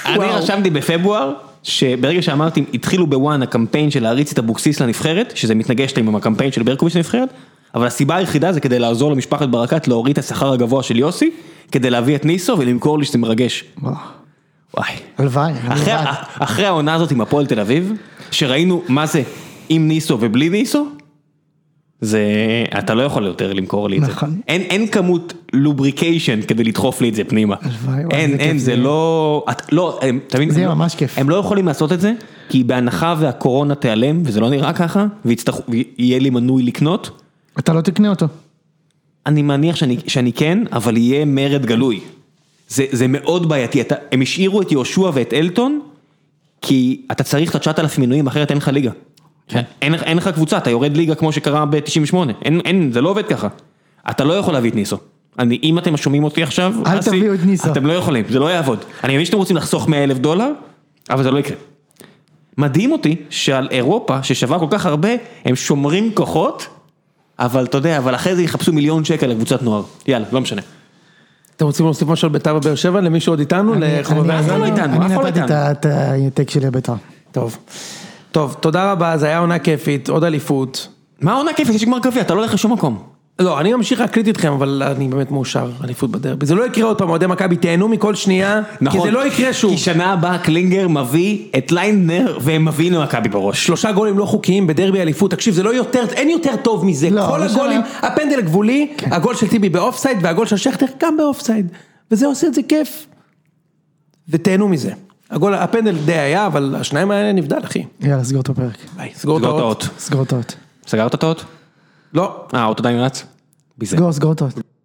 אני רשמתי בפברואר, שברגע שאמרתי, התחילו בוואן הקמפיין של להריץ את אבוקסיס לנבחרת, שזה מתנגש להם עם הקמפיין של ברקוביץ' לנבחרת, אבל הסיבה היחידה זה כדי לעזור למשפחת ברקת להוריד את השכר הגבוה של יוסי, כדי להביא את ניסו ולמכור לי שזה מרגש. וואו, וואי. הלוואי, אני אחרי, לבד. אחרי העונה הזאת עם הפועל תל אביב, שראינו מה זה עם ניסו ובלי ניסו, זה, אתה לא יכול יותר למכור לי את זה. נכון. אין, אין כמות לובריקיישן כדי לדחוף לי את זה פנימה. הלוואי, וואי, אין, איזה אין, כיף זה זה יהיה. לא, את, לא, הם, אתה מבין? זה יהיה הם לא- ממש כיף. הם לא יכולים לעשות את זה, כי בהנחה והקורונה תיעלם, וזה לא נראה ככה, ויצטרכו, ויהיה לי מנוי לקנות, אתה לא תקנה אותו. אני מניח שאני, שאני כן, אבל יהיה מרד גלוי. זה, זה מאוד בעייתי, אתה, הם השאירו את יהושע ואת אלטון, כי אתה צריך את התשעת אלף מינויים, אחרת אין לך ליגה. כן. אין, לך- אין לך קבוצה, אתה יורד ליגה כמו שקרה ב-98, אין, אין, זה לא עובד ככה. אתה לא יכול להביא את ניסו. אני, אם אתם שומעים אותי עכשיו, אל אסי, תביאו את ניסו. אתם לא יכולים, זה לא יעבוד. אני מבין שאתם רוצים לחסוך 100 אלף דולר, אבל זה לא יקרה. מדהים אותי שעל אירופה, ששווה כל כך הרבה, הם שומרים כוחות, אבל אתה יודע, אבל אחרי זה יחפשו מיליון שקל לקבוצת נוער. יאללה, לא משנה. אתם רוצים להוסיף משהו על בית"ר ובאר שבע? למישהו עוד איתנו? לחובבי אני- אף אחד לא הזמן? אני- איתנו, אף אני אחד לא נתתי את ה- את הטק שלי לבית"ר. טוב. טוב, תודה רבה, זה היה עונה כיפית, עוד אליפות. מה העונה כיפית? יש גמר גביע, אתה לא הולך לשום מקום. לא, אני ממשיך להקליט איתכם, אבל אני באמת מאושר, אליפות בדרבי. זה לא יקרה עוד פעם, אוהדי מכבי, תהנו מכל שנייה, כי זה לא יקרה שוב. נכון. כי שנה הבאה קלינגר מביא את ליינר, והם מביאים למכבי בראש. שלושה גולים לא חוקיים בדרבי אליפות, תקשיב, זה לא יותר, אין יותר טוב מזה. לא, כן. כל אבל הגולים, שנה- הפנדל הגבולי, הגול של טיבי באופסייד, והגול של שכטר גם באופסייד. וזה עושה את זה כיף. ותהנו מזה. הגול, הפנדל די היה, אבל השניים האלה נבדל, אחי. יאללה, סגור את הפרק. ביי, סגור את סגור את האות. האות. סגור את האות. סגרת את האות? לא, אה, האוטו עדיין רץ? ביזיון. סגור, סגור את האות.